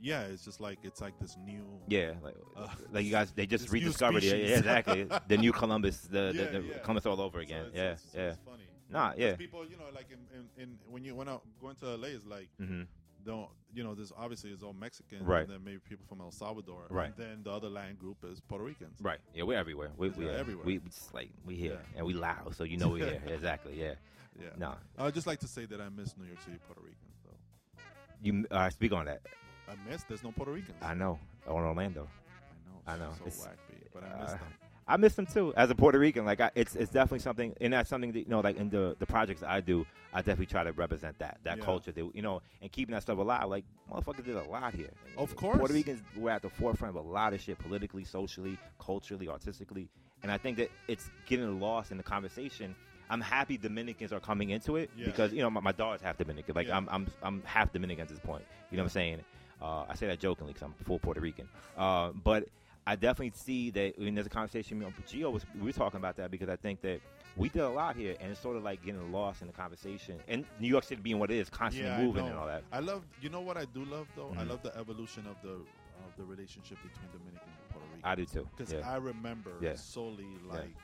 D: yeah, it's just like it's like this new
C: Yeah, like,
D: Uh,
C: like you guys, they just
D: this new
C: rediscovered it. Yeah,
D: species.
C: yeah, exactly. the new Columbus, the,
D: Yeah,
C: the, the
D: yeah.
C: Columbus all over
D: so
C: again.
D: it's-
C: yeah,
D: it's- it's
C: yeah.
D: funny. 'Cause
C: nah, yeah.
D: People, you know, like in, in, in when you when I going to LA is like
C: hmm
D: don't you know there's obviously it's all Mexican
C: Right.
D: and then maybe people from El Salvador
C: Right.
D: and then the other land group is Puerto Ricans
C: Right. Yeah, we're everywhere. We,
D: Yeah,
C: we
D: uh,
C: uh,
D: everywhere.
C: We we just like we here
D: Yeah.
C: and we loud, so you know we're here. exactly. Yeah.
D: yeah
C: Nah,
D: I'd just like to say that I miss New York City Puerto Ricans though
C: you. I speak on that.
D: I miss there's no Puerto Ricans
C: I know. On Orlando,
D: know
C: I know.
D: so
C: It's-
D: wacky but I miss
C: uh,
D: them
C: I miss them too. As a Puerto Rican, like I, it's it's definitely something, and that's something that you know, like in the the projects I do, I definitely try to represent that that
D: Yeah.
C: culture, that, you know, and keeping that stuff alive. Like motherfuckers did a lot here.
D: Of course.
C: Puerto Ricans were at the forefront of a lot of shit, politically, socially, culturally, artistically, and I think that it's getting lost in the conversation. I'm happy Dominicans are coming into it
D: Yeah.
C: because you know my, my daughter's half Dominican. Like
D: Yeah.
C: I'm I'm I'm half Dominican at this point. You know what I'm saying? Uh, I say that jokingly because I'm full Puerto Rican. Uh, but I definitely see that when there's a conversation, me and Gio was we were talking about that because I think that we did a lot here, and it's sort of like getting lost in the conversation. And New York City being what it is, constantly
D: yeah
C: moving
D: I know.
C: and all that.
D: I love you know what I do love though I
C: Mhm.
D: love the evolution of the of the relationship between Dominican and Puerto
C: I
D: Rican
C: do too.
D: because
C: Yeah.
D: I remember
C: Yeah.
D: solely like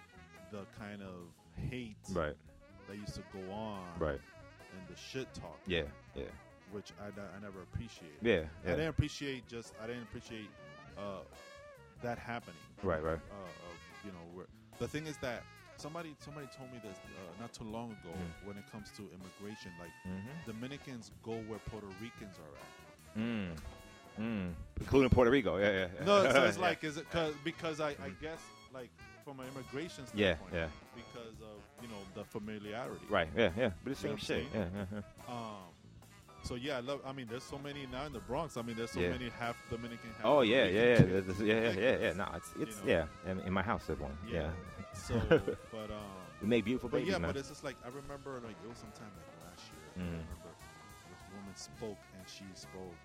D: the kind of hate
C: right.
D: that used to go on
C: Right.
D: and the shit talk
C: Yeah. Yeah.
D: which I, n- I never appreciated
C: Yeah.
D: I
C: Yeah.
D: didn't appreciate just I didn't appreciate uh, that happening.
C: Right. Right.
D: Uh, of, you know, where, the thing is that somebody somebody told me this uh, not too long ago
C: Mhm.
D: when it comes to immigration, like
C: Mm-hmm.
D: Dominicans go where Puerto Ricans are at.
C: Mm. Mm. Including Puerto Rico. Yeah. Yeah. yeah.
D: No, so it's
C: Yeah.
D: like is it cause, because I, I
C: Mhm.
D: guess like from an immigration
C: Yeah,
D: standpoint,
C: yeah.
D: because of you know the familiarity,
C: Right. Yeah. Yeah. But it's
D: You
C: same
D: know what I'm
C: shit. Yeah. yeah, yeah.
D: Um, so yeah, I love. I mean, there's so many now in the Bronx. I mean, there's so
C: Yeah.
D: many half Dominican. Half
C: Oh yeah,
D: Puerto
C: yeah, yeah,
D: Rican
C: There's
D: kids.
C: this- yeah, yeah, yeah, yeah.
D: Ridiculous.
C: No, it's it's
D: You know?
C: yeah. In, in my house, there's one. Yeah.
D: Yeah. So, but um,
C: we make beautiful
D: But
C: babies,
D: yeah,
C: man.
D: but it's just like I remember, like it was sometime like last year. I
C: Mhm.
D: remember this woman spoke and she spoke,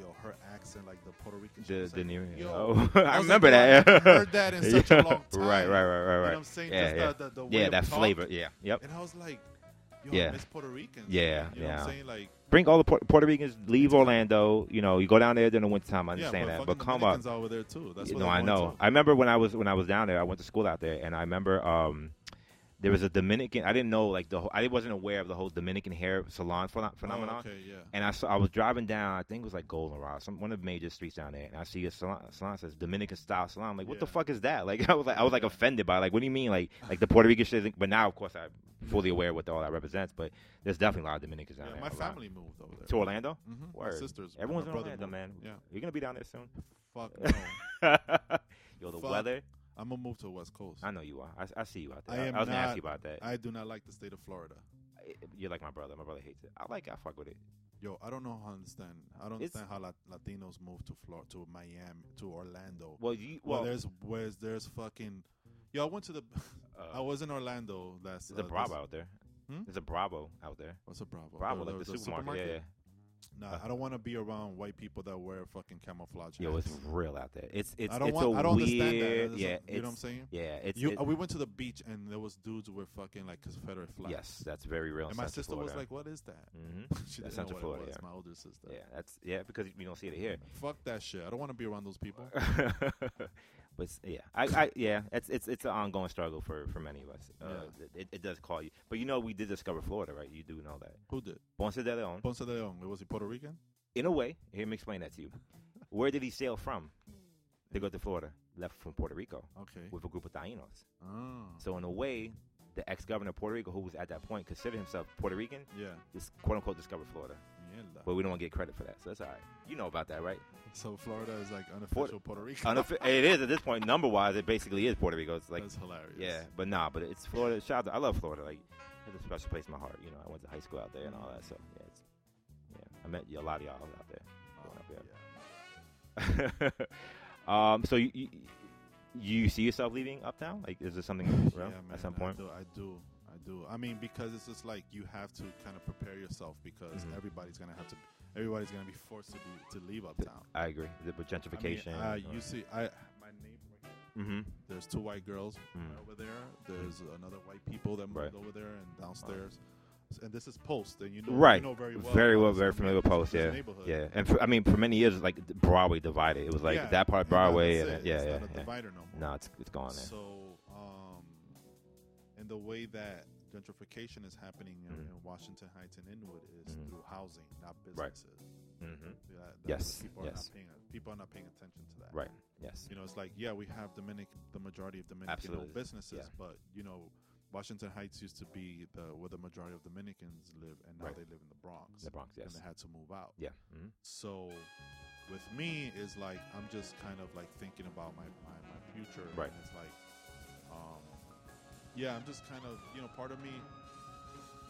D: yo, her accent like the Puerto Rican. she
C: the
D: was
C: the
D: like,
C: new.
D: yo.
C: Oh,
D: was
C: I
D: like,
C: remember
D: yo, I
C: that.
D: haven't
C: yeah.
D: heard that in such a long time.
C: Right, right, right,
D: You know
C: right,
D: what
C: right.
D: I'm saying?
C: Yeah,
D: Just
C: yeah.
D: the, the, the way
C: Yeah,
D: of
C: that
D: talk.
C: flavor. Yeah, yep.
D: And I was like, yo, I
C: Yeah.
D: miss Puerto Ricans.
C: Yeah,
D: you know what
C: yeah.
D: I'm saying? Like,
C: Bring all the Pu- Puerto Ricans. Leave
D: Exactly.
C: Orlando. You know, you go down there during the wintertime. I
D: yeah,
C: understand
D: but
C: that, but
D: fucking
C: come up.
D: Dominicans are over there too. That's
C: You
D: what
C: know,
D: I'm
C: I
D: going
C: know.
D: to.
C: I remember when I was when I was down there. I went to school out there, and I remember um, there was a Dominican. I didn't know like the whole, I wasn't aware of the whole Dominican hair salon pheno- phenomenon.
D: Oh, okay, yeah.
C: And I saw I was driving down. I think it was like Golden Rod, some one of the major streets down there. And I see a salon, salon says Dominican style salon. I'm like, what the
D: Yeah.
C: fuck is that? Like I was like I was like
D: Yeah.
C: offended by it. like what do you mean like like the Puerto Rican shit? But now of course I'm fully aware what all that represents. But there's definitely a lot of Dominicans
D: Yeah,
C: down there.
D: my
C: a lot.
D: family moved over there.
C: to Orlando.
D: Mhm, My
C: Word.
D: sisters. my
C: Everyone's in
D: brother
C: Orlando,
D: moved.
C: man.
D: Yeah.
C: You're gonna be down there soon.
D: Fuck no.
C: Yo, the
D: Fuck.
C: weather.
D: I'm gonna move to the West Coast.
C: I know you are. I, I see you out there.
D: I
C: I,
D: am
C: I was gonna
D: not-
C: ask you about that.
D: I do not like the state of Florida.
C: You're like my brother. My brother hates it. I like. It. I fuck with it.
D: Yo, I don't know how to understand. I don't
C: It's-
D: understand how Lat- Latinos move to Florida, to Miami, to Orlando. Well,
C: Well, you well.
D: there's where's there's fucking. Yo, I went to the. I
C: uh,
D: was in Orlando last.
C: there's a
D: uh,
C: Bravo
D: this-
C: out there.
D: Hmm?
C: There's a Bravo out there.
D: What's a Bravo?
C: Bravo,
D: The-
C: like the,
D: the
C: supermarket. Yeah, yeah.
D: Nah,
C: Uh.
D: I don't want to be around white people that wear fucking camouflage.
C: Yo, it's
D: hats.
C: real out there. It's it's
D: I don't
C: it's
D: want.
C: a
D: I don't
C: weird.
D: understand that. That's-
C: Yeah,
D: you know what I'm
C: it's-
D: saying.
C: yeah, it's
D: You,
C: it-
D: uh, we went to the beach and there was dudes with fucking like Confederate flags.
C: yes, that's very real.
D: And my sister was like, "What is that?"
C: hmm
D: she
C: That's
D: didn't know
C: Central
D: what
C: Florida,
D: it was.
C: yeah.
D: My older sister.
C: yeah, that's yeah because we don't see it here.
D: Fuck that shit. I don't want to be around those people. Mm-hmm.
C: but s- yeah, I, I yeah, it's it's it's an ongoing struggle for for many of us. Uh, it, it does call you, but you know we did discover Florida, right? You do know that.
D: Who did?
C: Ponce de Leon,
D: Ponce de Leon. Was he Puerto Rican?
C: in a way, here me explain that to you. Where did he sail from? To go to Florida, left from Puerto Rico
D: Okay.
C: with a group of Taínos.
D: Oh.
C: So in a way, the ex-governor of Puerto Rico, who was at that point considered himself Puerto Rican,
D: Yeah.
C: this quote unquote discovered Florida.
D: Mierda.
C: But we don't want to get credit for that, so that's all right. You know about that, right?
D: So Florida is like unofficial Puerto Rico.
C: Unoffi- it is at this point number wise. It basically is Puerto Rico. It's Ah, like
D: That's hilarious.
C: yeah, but nah, but it's Florida. Shout out, to, I love Florida. Like it's a special place in my heart. You know, I went to high school out there and all that. So yeah, it's I met you, a lot of y'all out
D: Oh,
C: there. So, yeah. um, so you, you you see yourself leaving Uptown? Like, is this something
D: Yeah,
C: around
D: man,
C: at some
D: I
C: point?
D: do- I do. I do. I mean, because it's just like you have to kind of prepare yourself because
C: Mhm.
D: everybody's gonna have to. Everybody's gonna be forced to be, to leave uptown.
C: I agree. The with gentrification.
D: I, mean, I uh, you see, I my neighbor.
C: mm-hmm.
D: There's two white girls
C: Mm.
D: over there. There's another white people that moved
C: Right.
D: over there and downstairs. And this is Post, and you know,
C: Right.
D: you know very well,
C: very
D: about
C: well,
D: this
C: very
D: commu-
C: familiar with Post.
D: this
C: Yeah,
D: neighborhood.
C: yeah. And for, I mean, for many years, like the Broadway divided. It was like
D: Yeah,
C: that part
D: and
C: Broadway,
D: that's
C: and
D: it.
C: that- yeah,
D: It's
C: yeah.
D: not a
C: yeah.
D: divider no more.
C: No, it's it's gone. There.
D: So, um, and the way that gentrification is happening in,
C: Mhm.
D: in Washington Heights and Inwood is
C: Mhm.
D: through housing, not
C: Right.
D: businesses.
C: hmm
D: Yeah, that-
C: Yes,
D: People are
C: yes.
D: not paying. People are not paying attention to that.
C: Right. Yes.
D: You know, it's like yeah, we have Dominic, the majority of Dominican
C: Absolutely.
D: businesses,
C: Yeah.
D: but you know, Washington Heights used to be the where the majority of Dominicans live, and now
C: Right.
D: they live in the Bronx,
C: The Bronx.
D: and
C: Yes.
D: they had to move out.
C: Yeah. hmm
D: So with me is like I'm just kind of like thinking about my, my, my future.
C: Right.
D: And it's like um yeah, I'm just kind of you know, part of me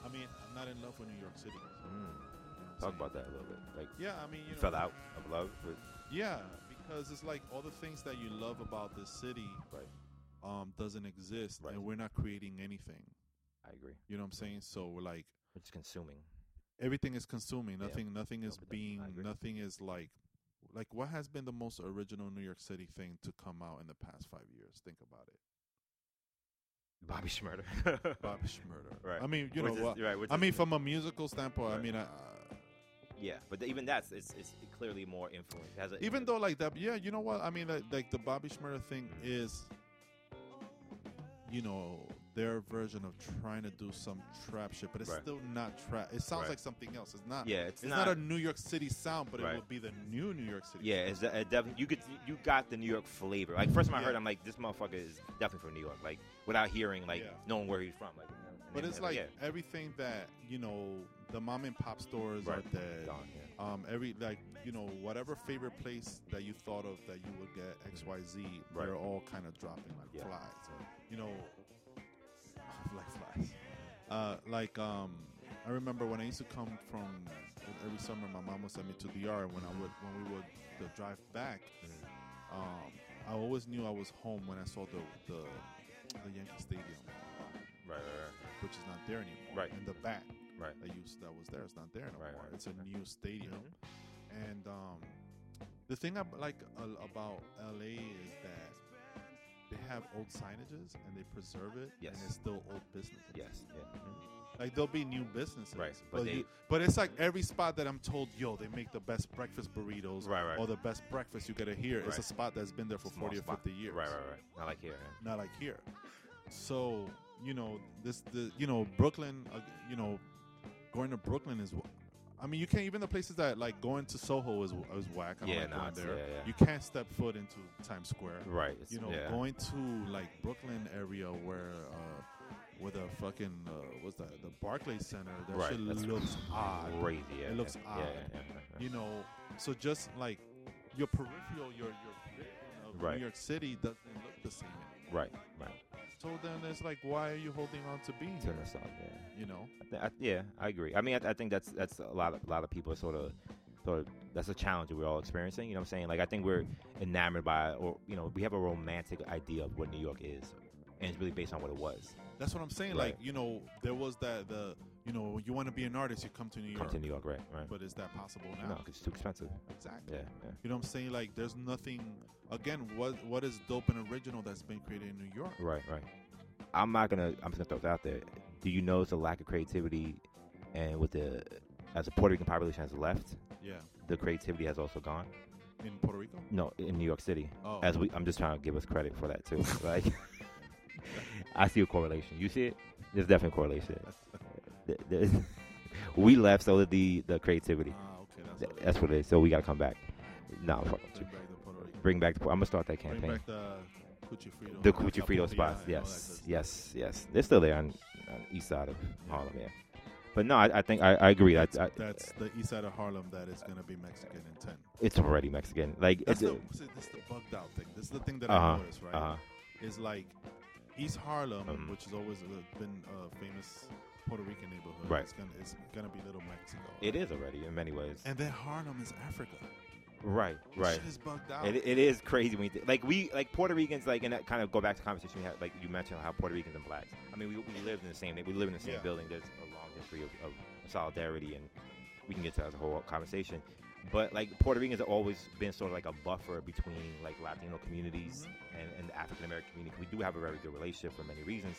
D: I mean, I'm not in love with New York City. you know what I'm
C: Talk
D: saying?
C: about that a little bit. Like
D: Yeah, I mean you
C: you
D: know,
C: fell out of love with
D: Yeah, because it's like all the things that you love about this city
C: right.
D: um doesn't exist
C: Right.
D: and we're not creating anything.
C: I agree.
D: You know what I'm saying? So we're like
C: We're just consuming.
D: everything is consuming.
C: Yeah.
D: Nothing, nothing
C: No,
D: is
C: but that- I
D: being,
C: agree.
D: nothing is like, like what has been the most original New York City thing to come out in the past five years? Think about it,
C: Bobby Schmurder.
D: Bobby Schmurder.
C: Right.
D: I mean, you know
C: Which is-
D: what?
C: right, which
D: I
C: is-
D: mean, from a musical standpoint, I
C: Right.
D: mean, I, uh,
C: yeah, but even that's it's, it's clearly more influence. It has a,
D: even though like that, yeah, you know what? I mean, like, like the Bobby Schmurder thing
C: Mhm.
D: is, you know, their version of trying to do some trap shit, but it's
C: Right.
D: still not trap. It sounds
C: Right.
D: like something else. It's not.
C: yeah, it's,
D: It's not, a New York City sound, but
C: Right.
D: it will be the new New York City.
C: Yeah, it's de- it definitely you could you got the New York flavor. Like first time I
D: Yeah.
C: heard, I'm like, this motherfucker is definitely from New York. Like without hearing, like
D: Yeah.
C: knowing where he's from. Like, you know, and
D: But
C: then-
D: it's
C: yeah,
D: like everything that you know, the mom and pop stores
C: yeah,
D: are
C: right,
D: dead.
C: gone, yeah.
D: Um, every like you know, whatever favorite place that you thought of that you would get X Y Z,
C: Right.
D: they're all kind of dropping like
C: Yeah.
D: flies. You know, like flies. Uh, like um, I remember when I used to come from every summer, my mom would send me to DR, and when I would when we would the drive back,
C: Mhm.
D: um, I always knew I was home when I saw the the, the Yankee Stadium
C: Right,
D: which is not there anymore.
C: Right.
D: And the back
C: right, right,
D: that used that was there is not there no
C: Right,
D: more.
C: right,
D: It's a
C: right.
D: new stadium.
C: Mhm.
D: And um, the thing I like a, about LA is that they have old signages and they preserve it,
C: Yes.
D: and it's still old business.
C: Yes, yeah. mhm.
D: Like there'll be new businesses,
C: Right, but
D: But
C: they-
D: you, but it's like every spot that I'm told, yo, they make the best breakfast burritos,
C: Right, right.
D: or the best breakfast you gotta hear. It's
C: Right.
D: a spot that's been there for
C: Small
D: forty or
C: spot.
D: fifty years
C: Right, right, right. Not like here. yeah.
D: not like here. So you know this the you know Brooklyn, uh, you know going to Brooklyn is. wh- I mean, you can't even the places that like going to Soho is is whack. I don't
C: Yeah,
D: like
C: nah,
D: going
C: it's-
D: there.
C: yeah, yeah.
D: You can't step foot into Times Square.
C: Right, it's,
D: You know,
C: yeah.
D: going to like Brooklyn area where uh, where the fucking uh, what's that the Barclays Center that
C: Right,
D: shit
C: that's
D: looks odd.
C: crazy. Yeah,
D: It
C: yeah,
D: looks
C: yeah,
D: odd.
C: Yeah, yeah, yeah,
D: You know, so just like your peripheral, your your vision of
C: Right.
D: New York City doesn't look the same anymore.
C: Right, right.
D: So then it's like, why are you holding on to being
C: To
D: here?
C: the south, yeah.
D: You know?
C: I thi- I, yeah, I agree. I mean, I, th- I think that's that's a lot of a lot of people are sort of sort of that's a challenge that we're all experiencing. You know what I'm saying? Like I think we're enamored by or you know we have a romantic idea of what New York is, and it's really based on what it was.
D: That's what I'm saying.
C: Right.
D: Like, you know, there was that the you know, you want to be an artist, you come to New York.
C: Come to New York, right? Right.
D: But is that possible
C: no,
D: now?
C: 'cause it's too expensive.
D: Exactly.
C: Yeah, yeah.
D: You know what I'm saying? Like there's nothing again, what what is dope and original that's been created in New York?
C: Right, right. I'm not gonna. I'm just gonna throw this out there. Do you notice a lack of creativity, and with the as the Puerto Rican population has left,
D: Yeah.
C: the creativity has also gone.
D: In Puerto Rico?
C: No, in New York City.
D: Oh
C: As we, I'm just trying to give us credit for that too. Like, I see a correlation. You see it? There's definitely a correlation. There- there's- we left, so did the the creativity.
D: Ah, okay, that's
C: Th-
D: what it is.
C: That's what it is. So we gotta come back. No, fuck with you.
D: Bring back the Puerto Rico.
C: bring back. The, I'm gonna start that
D: Bring
C: campaign.
D: back the Cuchi Frito.
C: The
D: La
C: Cucci Frito
D: Capoeira
C: spots.
D: and all that good
C: Yes,
D: stuff.
C: yes, yes. They're still there on, on the east side of Harlem. Yeah. But no, I, I think I, I agree. I, I,
D: That's the east side of Harlem that is gonna be Mexican in ten.
C: it's already Mexican. Like
D: That's
C: it's
D: the, see, this is the bugged out thing. This is the thing that
C: Uh-huh,
D: I noticed, right?
C: uh,
D: Is like East Harlem,
C: Mhm.
D: which has always uh, been a famous Puerto Rican neighborhood.
C: Right.
D: It's gonna it's gonna be Little Mexico.
C: It is already in many ways.
D: And then Harlem is Africa.
C: right,
D: This
C: right.
D: Shit is bugged out.
C: It, it is crazy when you think, like we like Puerto Ricans like and that kind of go back to the conversation we had like you mentioned how Puerto Ricans and blacks. I mean we, we lived in the same we live in the same
D: Yeah.
C: building. There's a long history of, of solidarity and we can get to that as a whole conversation. But like Puerto Ricans have always been sort of like a buffer between like Latino communities and, and the African American community. We do have a very good relationship for many reasons.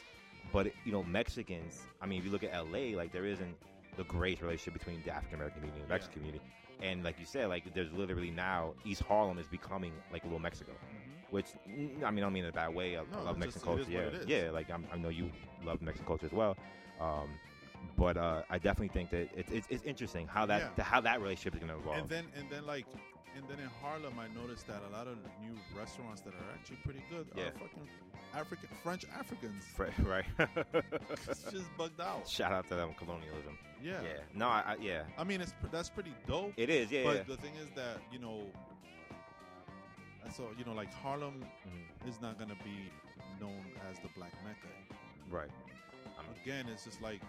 C: But you know Mexicans. I mean if you look at LA like there isn't the great relationship between the African American community and the
D: Yeah.
C: Mexican community. And like you said, like there's literally now East Harlem is becoming like little Mexico,
D: Mhm.
C: which mm, I mean I don't mean in a bad way. I, I
D: No,
C: love
D: it's
C: Mexican culture.
D: just- it is
C: yeah,
D: what it is.
C: yeah. Like I'm, I know you love Mexican culture as well, um, but uh, I definitely think that it's it's, it's interesting how that
D: Yeah.
C: to how that relationship is going to evolve.
D: And then and then like and then in Harlem I noticed that a lot of new restaurants that are actually pretty good
C: Yeah.
D: are fucking African French Africans.
C: Fr- right.
D: It's just bugged out.
C: Shout out to them colonialism.
D: Yeah.
C: Yeah. No, I, I yeah.
D: I mean it's pr- that's pretty dope.
C: It is. Yeah.
D: but
C: yeah.
D: the thing is that, you know and so you know like Harlem
C: Mhm.
D: is not gonna be known as the black Mecca.
C: Right.
D: Again, it's just like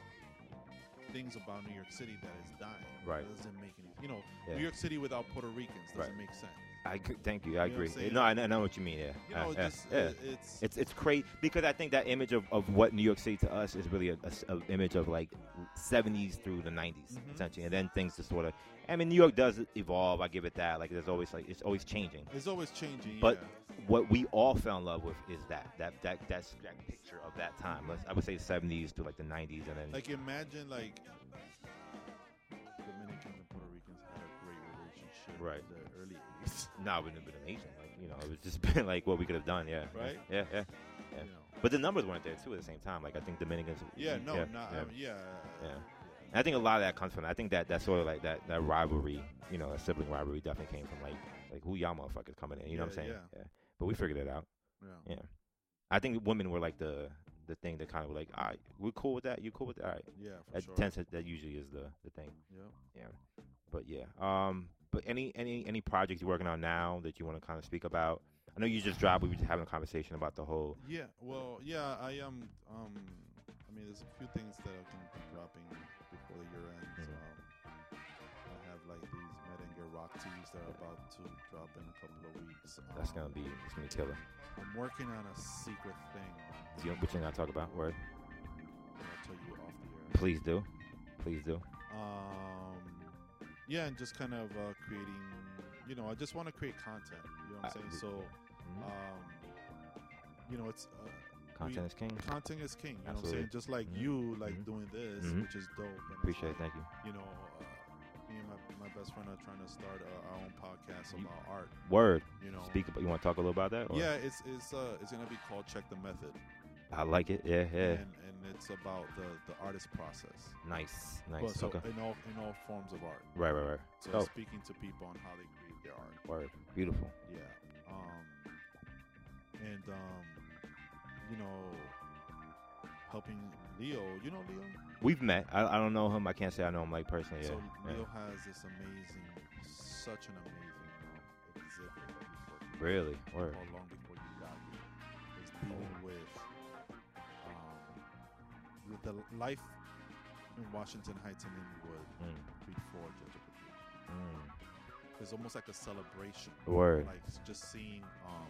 D: things about New York City that is dying.
C: Right.
D: It doesn't make any you know,
C: Yeah.
D: New York City without Puerto Ricans doesn't
C: Right.
D: make sense.
C: I g- thank you. I
D: You know what I'm
C: agree.
D: saying?
C: no, I, I know what you mean. Yeah.
D: You know,
C: Uh,
D: it's
C: yeah.
D: just
C: yeah.
D: it- it's
C: It's it's crazy because I think that image of, of what New York City to us is really a, a s- a image of like 70s through the 90s
D: Mhm.
C: essentially, and then things just sort of. I mean, New York does evolve. I give it that. Like, there's always like it's always changing.
D: It's always changing.
C: But
D: yeah.
C: What we all fell in love with is that that that that's that picture of that time. Let's, I would say 70s to like the 90s, and then
D: like imagine like Dominicans and Puerto Ricans had a great relationship
C: Right.
D: in the early 80s,
C: now nah, we've been amazing. Like, you know, it was just been like what we could have done. Yeah.
D: right?
C: Yeah. Yeah. Yeah.
D: You know.
C: But the numbers weren't there too at the same time. Like, I think Dominicans.
D: Yeah, no,
C: yeah,
D: not
C: yeah.
D: um, yeah.
C: Yeah. And I think a lot of that comes from. I think that that sort of like that that rivalry, you know, that sibling rivalry definitely came from like like who y'all motherfuckers coming in. You know what I'm
D: Yeah,
C: saying? But we figured it out.
D: yeah.
C: Yeah. I think women were like the the thing that kind of were like, all right, we're cool with that. You cool with that? All right.
D: Yeah, for
C: That
D: sure.
C: tends to, that usually is the the thing.
D: Yeah.
C: But yeah. Um. But any any any projects you're working on now that you want to kind of speak about? I know you just dropped. We were just having a conversation about the whole.
D: Yeah, well, yeah, I am. Um, I mean, there's a few things that I can be dropping before the year
C: Mhm.
D: end. Um, I have like these Merengue Rock teas that are about to drop in a couple of weeks. Um,
C: That's gonna be it's gonna be killer.
D: I'm working on a secret thing
C: Do you, what you not talk about? Word.
D: that I'll tell you off the air.
C: Please do. Please do.
D: Um, yeah, and just kind of uh, creating. You know, I just want to create content. You know what I'm
C: Uh,
D: saying? So,
C: Mhm.
D: um, you know, it's. Uh,
C: Content is king.
D: Content is king. You know what I'm
C: Absolutely.
D: saying? Just like
C: Mhm.
D: you, like
C: Mhm.
D: doing this,
C: Mhm.
D: which is dope. And it's
C: Appreciate it.
D: like-
C: Thank you.
D: you know, uh, me and my, my best friend are trying to start uh, our own podcast
C: You-
D: about art.
C: Word.
D: You know,
C: Speak about. You want to talk a little about that? or-
D: yeah, it's it's uh, it's gonna be called Check the Method,
C: I like it. Yeah, yeah.
D: and and it's about the the artist process.
C: Nice, nice.
D: Well, so
C: okay.
D: in all in all forms of art,
C: Right, right, right.
D: so
C: Oh.
D: speaking to people on how they create their art.
C: Word. Beautiful.
D: Yeah, um, and um, you know, helping Leo. You know Leo.
C: We've met. I, I don't know him. I can't say I know him like personally. Yeah.
D: So
C: yeah.
D: Leo has this amazing, such an amazing um, exhibit that he's working on.
C: Really. Word.
D: or long before you got here. It's dealing
C: Oh.
D: with um, with the life in Washington Heights and Inglewood
C: Mm,
D: before Judge Aparicio.
C: mm.
D: It's almost like a celebration,
C: Word.
D: like s- just seeing um,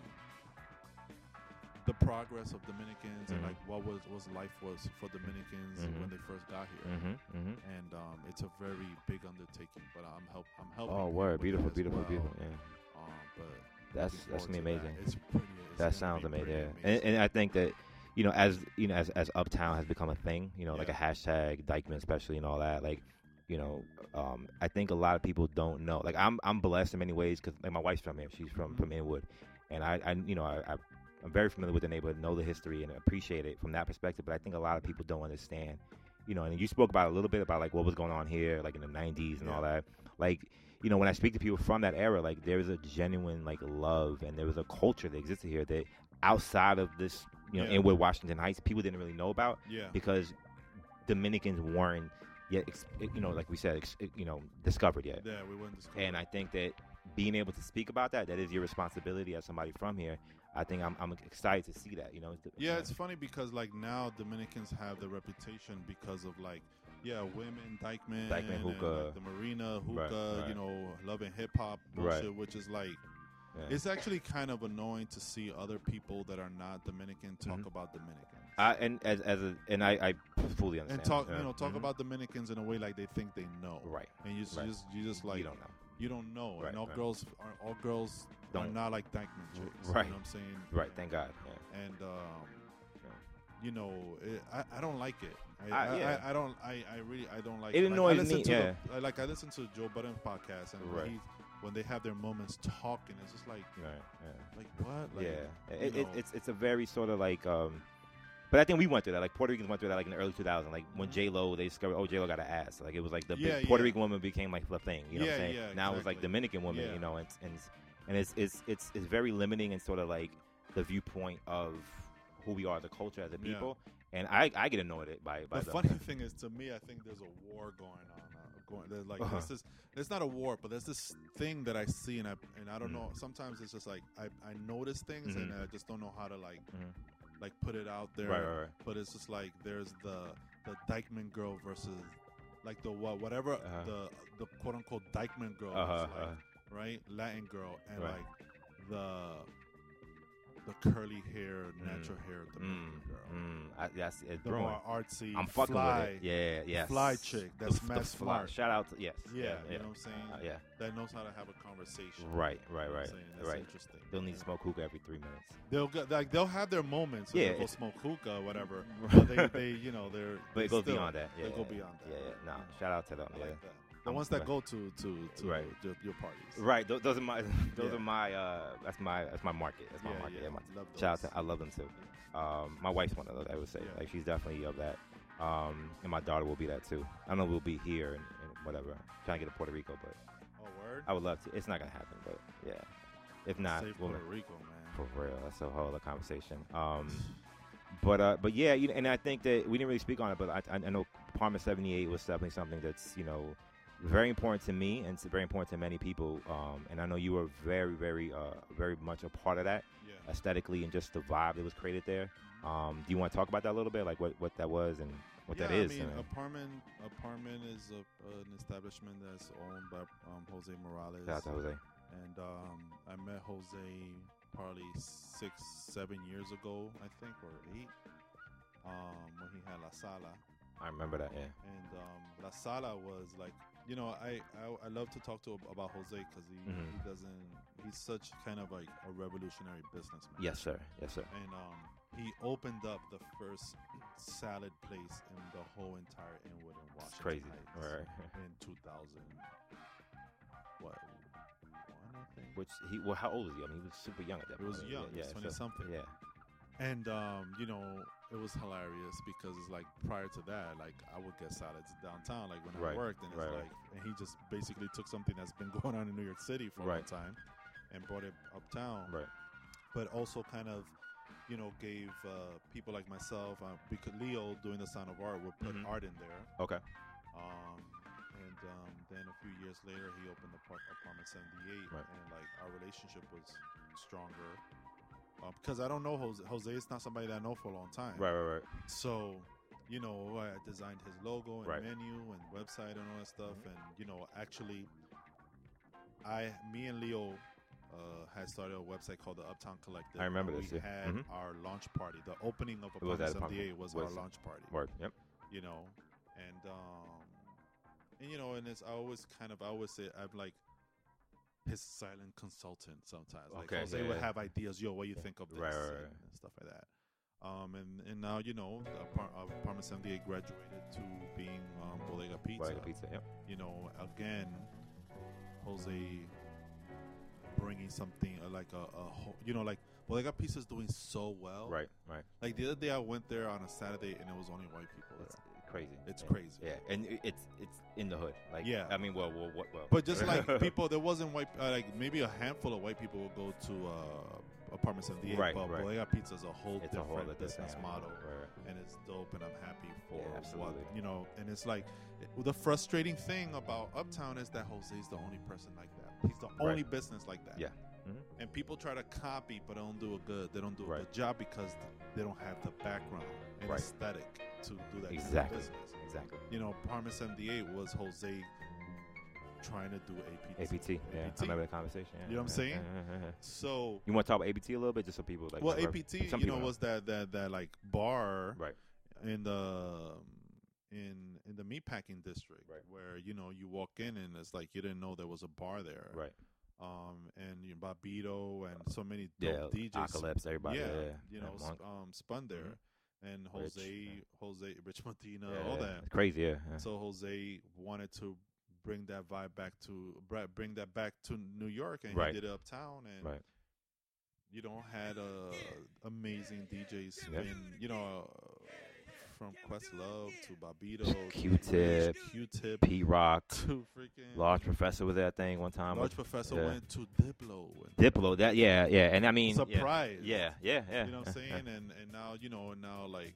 D: the progress of Dominicans and
C: Mhm.
D: like what was was life was for Dominicans
C: Mhm.
D: when they first got here.
C: Mm-hmm. Mm-hmm.
D: And um, it's a very big undertaking, but I'm help I'm helping.
C: Oh,
D: him
C: word.
D: with
C: Beautiful,
D: that as
C: beautiful,
D: well.
C: beautiful. Yeah.
D: Um, but
C: That's
D: looking
C: that's gonna
D: forward
C: be
D: to
C: amazing.
D: It's pretty. it's gonna
C: that sounds
D: be
C: amazing.
D: pretty
C: Yeah. And, and I think that. You know, as you know, as, as Uptown has become a thing, you know, like a
D: Yeah.
C: hashtag Dykeman, especially and all that. Like, you know, um, I think a lot of people don't know. Like, I'm I'm blessed in many ways because like my wife's from here. She's from
D: Mhm.
C: from Inwood, and I, I you know I, I I'm very familiar with the neighborhood, know the history, and appreciate it from that perspective. But I think a lot of people don't understand, you know. And you spoke about a little bit about like what was going on here, like in the '90s and all that. Like, you know, when I speak to people from that era, like there was a genuine like love, and there was a culture that existed here that outside of this, you know,
D: Yeah.
C: Inwood, Washington Heights, people didn't really know about
D: yeah.
C: because Dominicans weren't yet, ex- eh, you know, like we said, ex- eh, you know, discovered yet.
D: Yeah, we wouldn't discover.
C: And I think that being able to speak about that, that is your responsibility as somebody from here. I think I'm, I'm excited to see that. You know, it's,
D: Yeah, it's funny because like now Dominicans have the reputation because of like yeah, women, Dykeman,
C: Dykeman
D: and, like,
C: hookah.
D: the Marina hookah,
C: Right,
D: you
C: right.
D: know, loving hip hop
C: Right.
D: bullshit, which is like
C: yeah.
D: it's actually kind of annoying to see other people that are not Dominican talk
C: Mhm.
D: about Dominicans
C: I, and as as a, and I, I fully understand.
D: and talk
C: yeah.
D: you know talk
C: Mhm.
D: about Dominicans in a way like they think they know,
C: right.
D: and you just,
C: right.
D: you just you just like
C: you don't know.
D: you don't know,
C: Right,
D: and all
C: right.
D: girls are all girls are
C: Don't- Mm-hmm.
D: not like Dykeman chicks,
C: Right.
D: You know what I'm saying?
C: Right. Thank God. Yeah.
D: and um,
C: Yeah.
D: you know, it, I, I don't like it. I,
C: I-
D: I,
C: Ah, yeah.
D: I, I don't. I, I really I don't like
C: It
D: Like, I
C: annoys
D: listen
C: me,
D: To the- like I listen to Joe Budden podcast, and
C: Right.
D: when, he's, when they have their moments talking, it's just like
C: Right. Yeah.
D: like what? Like,
C: yeah,
D: you
C: it, it,
D: know.
C: it's it's a very sort of like, um, but I think we went through that. Like Puerto Ricans went through that like in the early 2000s. Like when
D: Mhm.
C: J Lo, they discovered oh J Lo got an ass. Like it was like the
D: Yeah,
C: big, Puerto
D: yeah.
C: Rican woman became like the thing. You know what I'm
D: Yeah,
C: saying?
D: yeah,
C: now it's like
D: exactly.
C: Dominican woman.
D: Yeah.
C: You know, and and and it's it's it's it's very limiting and sort of like the viewpoint of who we are as a culture as a
D: Yeah.
C: people. And I I get annoyed at- by by
D: The
C: the-
D: funny thing is, to me, I think there's a war going on. Uh, going there's like
C: Uh-huh.
D: there's this. It's not a war, but there's this thing that I see, and I and I don't
C: Mm.
D: know. Sometimes it's just like I, I notice things, and I just don't know how to like
C: Mhm.
D: like put it out there.
C: Mm-hmm.
D: uh,
C: right, right, right.
D: but it's just like there's the the Dykeman girl versus like the what whatever
C: Uh-huh.
D: the the quote unquote Dykeman girl is
C: Uh-huh,
D: like,
C: uh-huh.
D: right Latin girl and
C: Right.
D: like the the curly hair natural hair Dominican
C: Mm,
D: girl
C: mm, I, that's it's
D: the
C: brewing.
D: more artsy
C: I'm fucking
D: fly,
C: with it. Yeah, yeah.
D: fly chick that's
C: the,
D: mad
C: the fly.
D: smart.
C: Shout out to yes.
D: yeah,
C: yeah.
D: you know what I'm saying
C: Uh, yeah.
D: that knows how to have a conversation
C: Right, right,
D: You know what I'm
C: right,
D: saying? that's
C: right.
D: interesting
C: They'll need to smoke hookah every three minutes.
D: they'll go, like they'll have their moments
C: Yeah,
D: yeah they'll go
C: it's-
D: smoke hookah whatever
C: Right.
D: but they, they you know they're
C: But
D: they
C: it goes
D: still-
C: beyond that. Yeah,
D: they go
C: yeah,
D: beyond that.
C: Yeah, yeah. Nah,
D: You know?
C: shout out to them.
D: I
C: Yeah.
D: like that. The
C: I'm-
D: ones that
C: right.
D: go to to to
C: Right.
D: your, your parties.
C: Right. Those, those are my. Those
D: Yeah.
C: are my. Uh, that's my. That's my market. That's my
D: Yeah,
C: market.
D: yeah.
C: Yeah, my,
D: Love
C: shout out
D: those.
C: to. I love them too. Um, my wife's one of those. I would say.
D: Yeah.
C: Like she's definitely of that. Um, and my daughter will be that too. I know we'll be here and, and whatever. trying to get to Puerto Rico, but
D: Oh, word.
C: I would love to. It's not gonna happen, but yeah. If not,
D: Save
C: we'll
D: Puerto Rico, man.
C: For real, that's a whole other conversation. Um, but uh, but yeah, you know, and I think that we didn't really speak on it, but I, I I know Parma '78 was definitely something that's you know very important to me and it's very important to many people. Um, and I know you were very very uh, very much a part of that
D: Yeah.
C: aesthetically and just the vibe that was created there. Um, do you want to talk about that a little bit, like what, what that was and what that
D: Yeah,
C: is?
D: I mean,
C: and-
D: apartment apartment is a, an establishment that's owned by um, Jose Morales,
C: shout out to Jose.
D: and um, I met Jose probably six, seven years ago, I think, or eight, um, when he had La Sala.
C: I remember that. Yeah.
D: and um, La Sala was like, you know, I I, I love to talk to ab- about Jose because he,
C: Mhm.
D: he doesn't he's such kind of like a revolutionary businessman.
C: Yes, sir. Yes, sir.
D: And um, he opened up the first salad place in the whole entire Inwood in
C: It's
D: Washington
C: crazy.
D: Heights
C: Right.
D: in 2000. What? One, I think.
C: Which he? Well, how old is he? I mean, he was super young at that.
D: He
C: point.
D: was
C: I mean,
D: young, he was
C: so-
D: 20-something.
C: Yeah.
D: And um, you know, it was hilarious because it's like prior to that, like I would get salads downtown, like when
C: Right,
D: I worked, and it's
C: right, right.
D: like, and he just basically took something that's been going on in New York City for a
C: Right.
D: long time, and brought it uptown,
C: Right.
D: but also kind of, you know, gave uh, people like myself, uh, because Leo doing the sound of art would put
C: Mhm.
D: art in there,
C: Okay.
D: um, and um, then a few years later, he opened the par- apartment 78,
C: Right.
D: and like our relationship was stronger. Uh, because I don't know Jose. Jose is not somebody that I know for a long time.
C: Right. Right. Right.
D: So, you know, oh, I designed his logo and
C: Right. Mm-hmm.
D: menu and website and all that stuff. And you know, actually, I, me and Leo. Uh, had started a website called the Uptown Collective.
C: I remember
D: and
C: this,
D: We
C: yeah.
D: had
C: Mhm.
D: our launch party. The opening of
C: was at
D: Apartment
C: Apartment-
D: 78 was,
C: was-
D: our launch party
C: Word. Yep.
D: you know, and um, and you know, and it's I always kind of I always say I'm like his silent consultant sometimes. Like
C: Okay,
D: Jose
C: yeah,
D: would
C: yeah.
D: have ideas, yo, what you think of this
C: Right, right,
D: and,
C: right.
D: and stuff like that. Um, and and now you know, the apart- uh, apartment seventy eight graduated to being um, Bodega Pizza.
C: Bodega pizza. Yep.
D: You know, again, Jose bringing something uh, like a, a whole, you know like Bodega Pizza is doing so well.
C: Right. Right.
D: Like the other day, I went there on a Saturday and it was only white people there.
C: It's crazy.
D: It's
C: yeah.
D: crazy.
C: Yeah, and it- it's it's in the hood. Like,
D: Yeah.
C: I mean, well, well, what, well.
D: But just like people, there wasn't white, uh, like maybe a handful of white people would go to uh, apartment 78,
C: Right,
D: but
C: right.
D: Bodega Pizza is a whole
C: it's a
D: different
C: whole other
D: business
C: thing.
D: model,
C: Right.
D: and it's dope, and I'm happy for
C: Yeah,
D: what
C: absolutely.
D: you know. And it's like it- the frustrating thing about Uptown is that Jose is the only person like that. He's the
C: Right.
D: only business like that.
C: Yeah. Mhm.
D: and people try to copy, but they don't do it good. They don't do a
C: Right.
D: good job because th- they don't have the background and
C: Right.
D: aesthetic to do that
C: Exactly.
D: kind of business.
C: Exactly.
D: You know, Parma 78 was Jose trying to do APT.
C: APT. Yeah,
D: APT.
C: I remember the conversation. Yeah,
D: You know what I'm
C: yeah,
D: saying?
C: yeah, yeah, yeah.
D: So,
C: You want to talk about APT a little bit, just so people like.
D: well,
C: remember?
D: APT,
C: Some
D: you know,
C: people
D: was that that that like bar
C: Right.
D: in the in in the meatpacking district
C: Right.
D: where you know you walk in and it's like you didn't know there was a bar there.
C: Right.
D: Um, and you know, Bobito and so many
C: Yeah.
D: dope DJs.
C: Apocalypse. Everybody.
D: yeah,
C: Yeah.
D: you
C: yeah,
D: know,
C: Monk.
D: sp- um, spun there,
C: Mhm.
D: and
C: Rich,
D: Jose,
C: yeah.
D: Jose, Rich Martina,
C: Yeah,
D: all
C: yeah,
D: that.
C: it's Crazy. Yeah. yeah.
D: So Jose wanted to bring that vibe back to bra- bring that back to New York, and
C: Right.
D: he did it uptown, and
C: Right.
D: you know had uh, amazing DJs,
C: Yeah.
D: spin, you know, uh, from Questlove to Bobito,
C: Q-Tip,
D: Q-Tip,
C: P Rock.
D: to freaking
C: Large Professor was at that thing one time.
D: Large Professor
C: yeah.
D: went to Diplo. And
C: Diplo. That. Yeah. Yeah. And I mean. yeah.
D: surprise.
C: Yeah, yeah, yeah.
D: you know what I'm saying? And and now you know and now like,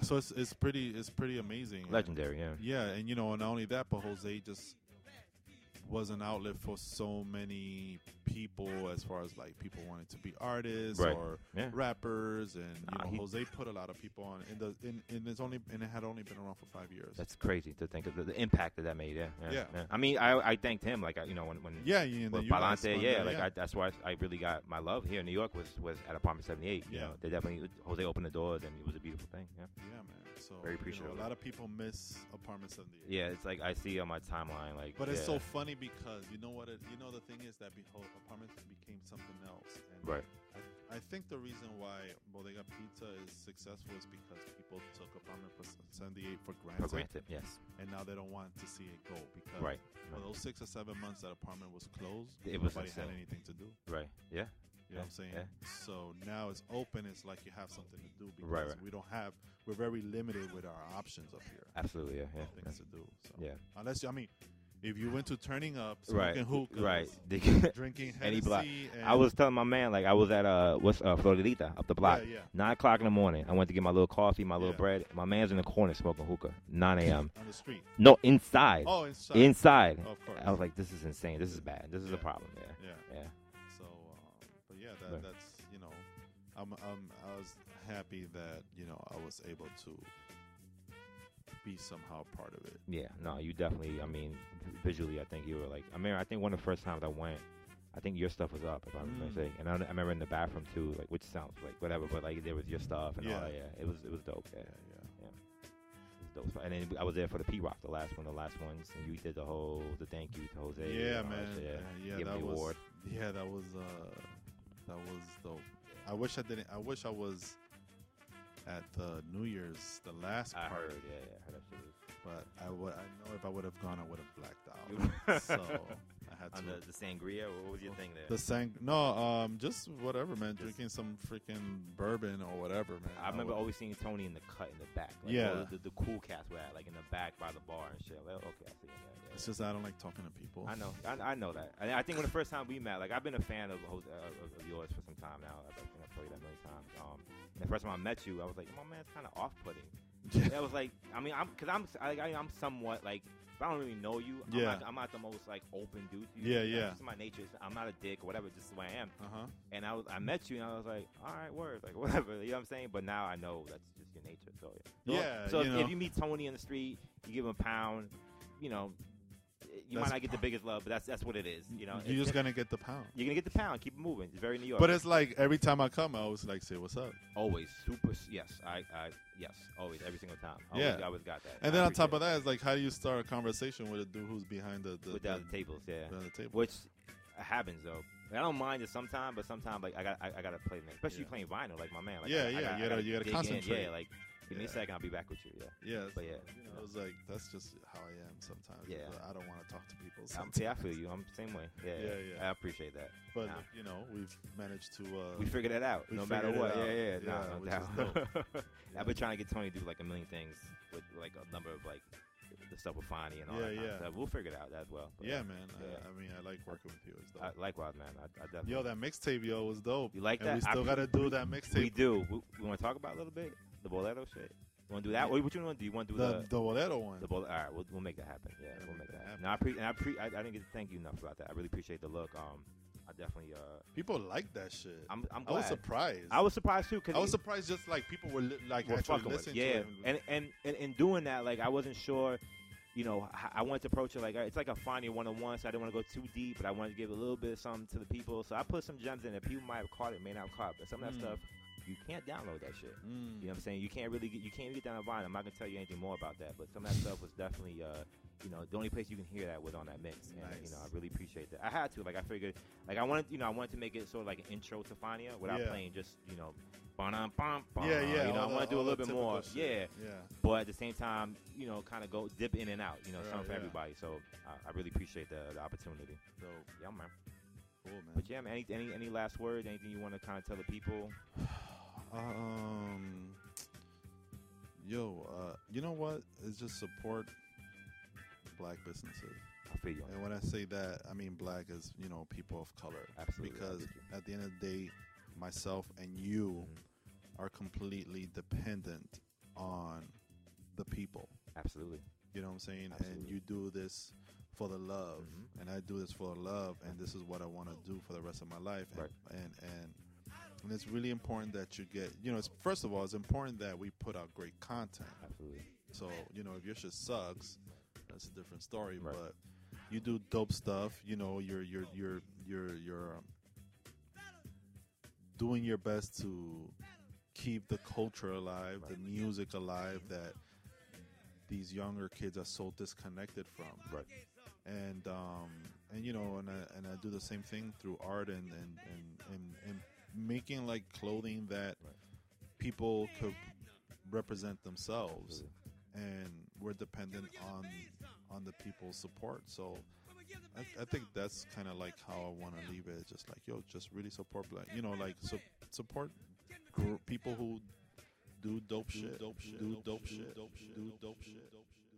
D: so it's it's pretty it's pretty amazing.
C: Legendary, yeah.
D: Yeah, and you know not only that, but Jose just was an outlet for so many people as far as like people wanting to be artists
C: Right.
D: or
C: Yeah.
D: rappers and you
C: Nah,
D: know
C: he-
D: Jose put a lot of people on and the and, and it's only and it had only been around for five years.
C: That's crazy to think of the, the impact that that made. Yeah, yeah.
D: Yeah.
C: I mean, I, I thanked him like I, you know when when
D: yeah, you, and then
C: with
D: you guys
C: Palante,
D: spun
C: yeah,
D: that,
C: like I, that's why I really got my love here in New York was was at apartment seventy eight. You
D: Yeah.
C: know, they definitely Jose opened the doors and it was a beautiful thing. Yeah,
D: yeah, man. So
C: Very
D: you know,
C: appreciative.
D: a lot of people miss apartment seventy eight.
C: yeah. It's like I see on my timeline like,
D: But it's
C: yeah,
D: so funny because you know what? It, you know the thing is that behold, apartments became something else. And
C: right,
D: I, I think the reason why Bodega Pizza is successful is because people took apartment for seventy eight for
C: for
D: granted,
C: granted. Yes,
D: and now they don't want to see it go because
C: right,
D: for those six or seven months that apartment was closed,
C: It was
D: nobody had
C: insane.
D: anything to do. You
C: right, yeah,
D: know
C: Yeah,
D: what I'm saying?
C: yeah.
D: So now it's open. It's like you have something to do because
C: Right, right.
D: we don't have. We're very limited with our options up here.
C: absolutely, yeah, yeah, yeah.
D: Things to do. So.
C: yeah.
D: Unless you, I mean, if you went to turning up,
C: Right,
D: smoking hookahs,
C: right.
D: drinking
C: Any
D: Hennessy,
C: block.
D: and
C: I was telling my man like I was at uh what's uh Floridita up the block.
D: Yeah, yeah.
C: Nine o'clock in the morning. I went to get my little coffee, my little
D: Yeah.
C: bread. My man's in the corner smoking hookah. Nine a.m.
D: on the street.
C: no, inside.
D: Oh, inside.
C: inside.
D: of course.
C: I was like, this is insane. This is bad. This is
D: Yeah.
C: a problem. Yeah.
D: yeah.
C: Yeah.
D: So, uh, but yeah, that,
C: Right.
D: that's you know, I'm, I'm I was happy that you know I was able to be somehow part of it.
C: Yeah. No, you definitely. I mean, visually, I think you were like. I mean, I think one of the first times I went, I think your stuff was up, if I'm
D: Mm.
C: not saying. And I, I remember in the bathroom too, like which sounds like whatever, but like there was your stuff and
D: Yeah.
C: all that. Yeah. It was it was dope. Yeah.
D: Yeah,
C: It
D: yeah.
C: was dope. So- And then I was there for the P Rock, the last one, the last ones, and you did the whole the thank you to Jose.
D: yeah,
C: and all that
D: man.
C: shit,
D: Yeah, yeah,
C: Give him
D: that
C: the
D: was.
C: award.
D: Yeah, that was. Uh, that was dope. I wish I didn't. I wish I was at the New Year's, the last
C: I
D: party.
C: heard. Yeah. Yeah. I heard that shit was
D: But I would. I know if I would have gone, I would have blacked out. so I had to.
C: On the, the sangria, what was your thing there?
D: The sang no, um, just whatever, man.
C: Just-
D: Drinking some freaking bourbon or whatever, man.
C: I remember
D: would-
C: always seeing Tony in the cut in the back. Like,
D: Yeah.
C: all The, the cool cats were at, like in the back by the bar and shit. Like, okay, I see. Yeah, yeah,
D: It's just I don't like talking to people.
C: I know, I, I know that. And I think when the first time we met, like I've been a fan of Jose- uh, of, of yours for some time now. I think I've told you that many times. Um, and the first time I met you, I was like, my man's kind of off-putting. And I was like, I mean, I'm because I'm I, I, I'm somewhat like if I don't really know you, I'm,
D: Yeah.
C: not, I'm not the most like open dude. To you.
D: Yeah,
C: That's
D: yeah.
C: Just my nature. It's- I'm not a dick or whatever. Just the way I am.
D: Uh huh.
C: And I was, I met you, and I was like, all right, word, like whatever. You know what I'm saying? But now I know that's just your nature. So yeah. So, So
D: Yeah, you
C: if,
D: know.
C: if you meet Tony in the street, you give him a pound. You know, you
D: That's
C: might not get the biggest love, but that's that's what it is. You know,
D: You're
C: It's-
D: just gonna get the pound.
C: you're gonna get the pound. Keep it moving. It's very New York.
D: But it's like every time I come, I always like say what's up,
C: always super. Yes, I, I yes, always every single time. Always,
D: Yeah.
C: I always got that.
D: and then
C: I
D: on top
C: appreciate
D: of that, it's like how do you start a conversation with a dude who's behind the
C: it.
D: the,
C: without
D: the-
C: the tables, yeah.
D: behind the table?
C: which happens though. I don't mind it sometimes, but sometimes like I got I, I gotta play, the- especially
D: Yeah.
C: you playing vinyl, like my man. Like,
D: Yeah,
C: I- I
D: yeah,
C: gotta-
D: you
C: I
D: gotta- you gotta
C: dig in,
D: concentrate.
C: Yeah, like give me a
D: Yeah.
C: second, I'll be back with you. Yeah,
D: Yeah,
C: but yeah,
D: you know, it was like that's just how I am sometimes.
C: Yeah.
D: But I don't want to talk to people.
C: I'm,
D: Sometimes.
C: yeah, I feel you. I'm the same way. Yeah,
D: Yeah, yeah.
C: I appreciate that.
D: But
C: Nah.
D: you know, we've managed to. Uh,
C: We figured that out,
D: we
C: no matter
D: figured it
C: what. Yeah,
D: out.
C: yeah, yeah.
D: Yeah,
C: Nah, no
D: which is
C: doubt.
D: yeah.
C: I've been trying to get Tony to do like a million things with like a number of like the stuff with Fonny and all
D: Yeah,
C: that. kind of
D: yeah.
C: stuff. We'll figure it out as well. But,
D: yeah, man.
C: Yeah.
D: I, I mean, I like working with you. It's dope.
C: I, likewise, man. I, I definitely.
D: Yo, that mixtape, yo, was dope.
C: You like
D: and
C: that?
D: We
C: I
D: still
C: pre-
D: gotta do that
C: we
D: mixtape.
C: do. We, we want to talk about it a little bit the Boleto shit. You want to do that? Or what you want to do? You want to do
D: The,
C: the
D: the Bolero one.
C: The bullet. All right, we'll, we'll make that happen. Yeah,
D: Yeah,
C: we'll make that happen.
D: happen.
C: No, I pre- and I pre- I, I didn't get to thank you enough about that. I really appreciate the look. Um, I definitely. Uh,
D: People like that shit.
C: I'm. I'm
D: I
C: glad.
D: was surprised.
C: I was surprised too. Cause
D: I was
C: it-
D: surprised just like people were li- like
C: were
D: actually
C: fucking with it.
D: listening
C: yeah.
D: to it.
C: And, and and in doing that, like I wasn't sure, you know, h- I wanted to approach it like it's like a finding one on one, so I didn't want to go too deep, but I wanted to give a little bit of something to the people. So I put some gems in that people might have caught it, may not have caught, but some of that
D: Mm.
C: stuff you can't download that shit.
D: Mm.
C: You know what I'm saying? You can't really get you can't really get down on Vine. I'm not gonna tell you anything more about that, but some of that stuff was definitely uh, you know the only place you can hear that was on that mix, and you
D: Nice.
C: know I really appreciate that. I had to like I figured like I wanted you know I wanted to make it sort of like an intro to Fania without
D: Yeah.
C: playing just you know. Bum, bum, bum,
D: yeah, yeah.
C: You know,
D: all
C: I
D: the-
C: want to do a
D: all the
C: little bit
D: typical
C: more. Yeah,
D: shit. yeah.
C: but at the same time, you know, kind of go dip in and out. You know,
D: Right,
C: something for
D: yeah.
C: everybody. So I, I really appreciate the, the opportunity.
D: So
C: Yeah, man.
D: cool, man.
C: But yeah, man. Any any, any last words? Anything you want to kind of tell the people?
D: Um, yo, uh, you know what? It's just support black businesses.
C: I feel you. on that.
D: And when I say that, I mean black as you know people of color.
C: Absolutely. I
D: Because
C: get you.
D: at the end of the day, myself and you
C: Mhm.
D: are completely dependent on the people.
C: absolutely.
D: You know what I'm saying? And
C: Absolutely.
D: you do this for the love,
C: Mhm.
D: and I do this for the love, and this is what I want to do for the rest of my life. And,
C: Right.
D: and and and it's really important that you get. You know, it's, first of all, it's important that we put out great content.
C: Absolutely.
D: So you know, if your shit sucks, that's a different story.
C: Right.
D: But you do dope stuff. You know, you're you're you're you're you're um, doing your best to keep the culture alive, the music alive that these younger kids are so disconnected from
C: Right.
D: and um, and you know, and I, and I do the same thing through art and and and, and, and making like clothing that
C: Right.
D: people could represent themselves,
C: Absolutely.
D: and we're dependent on on the people's support. So. I, I think that's kind of like how I want to leave it. Just like, yo, just really support black, you know, like su- support gr- people who do dope shit, do dope shit, do dope shit, do dope shit.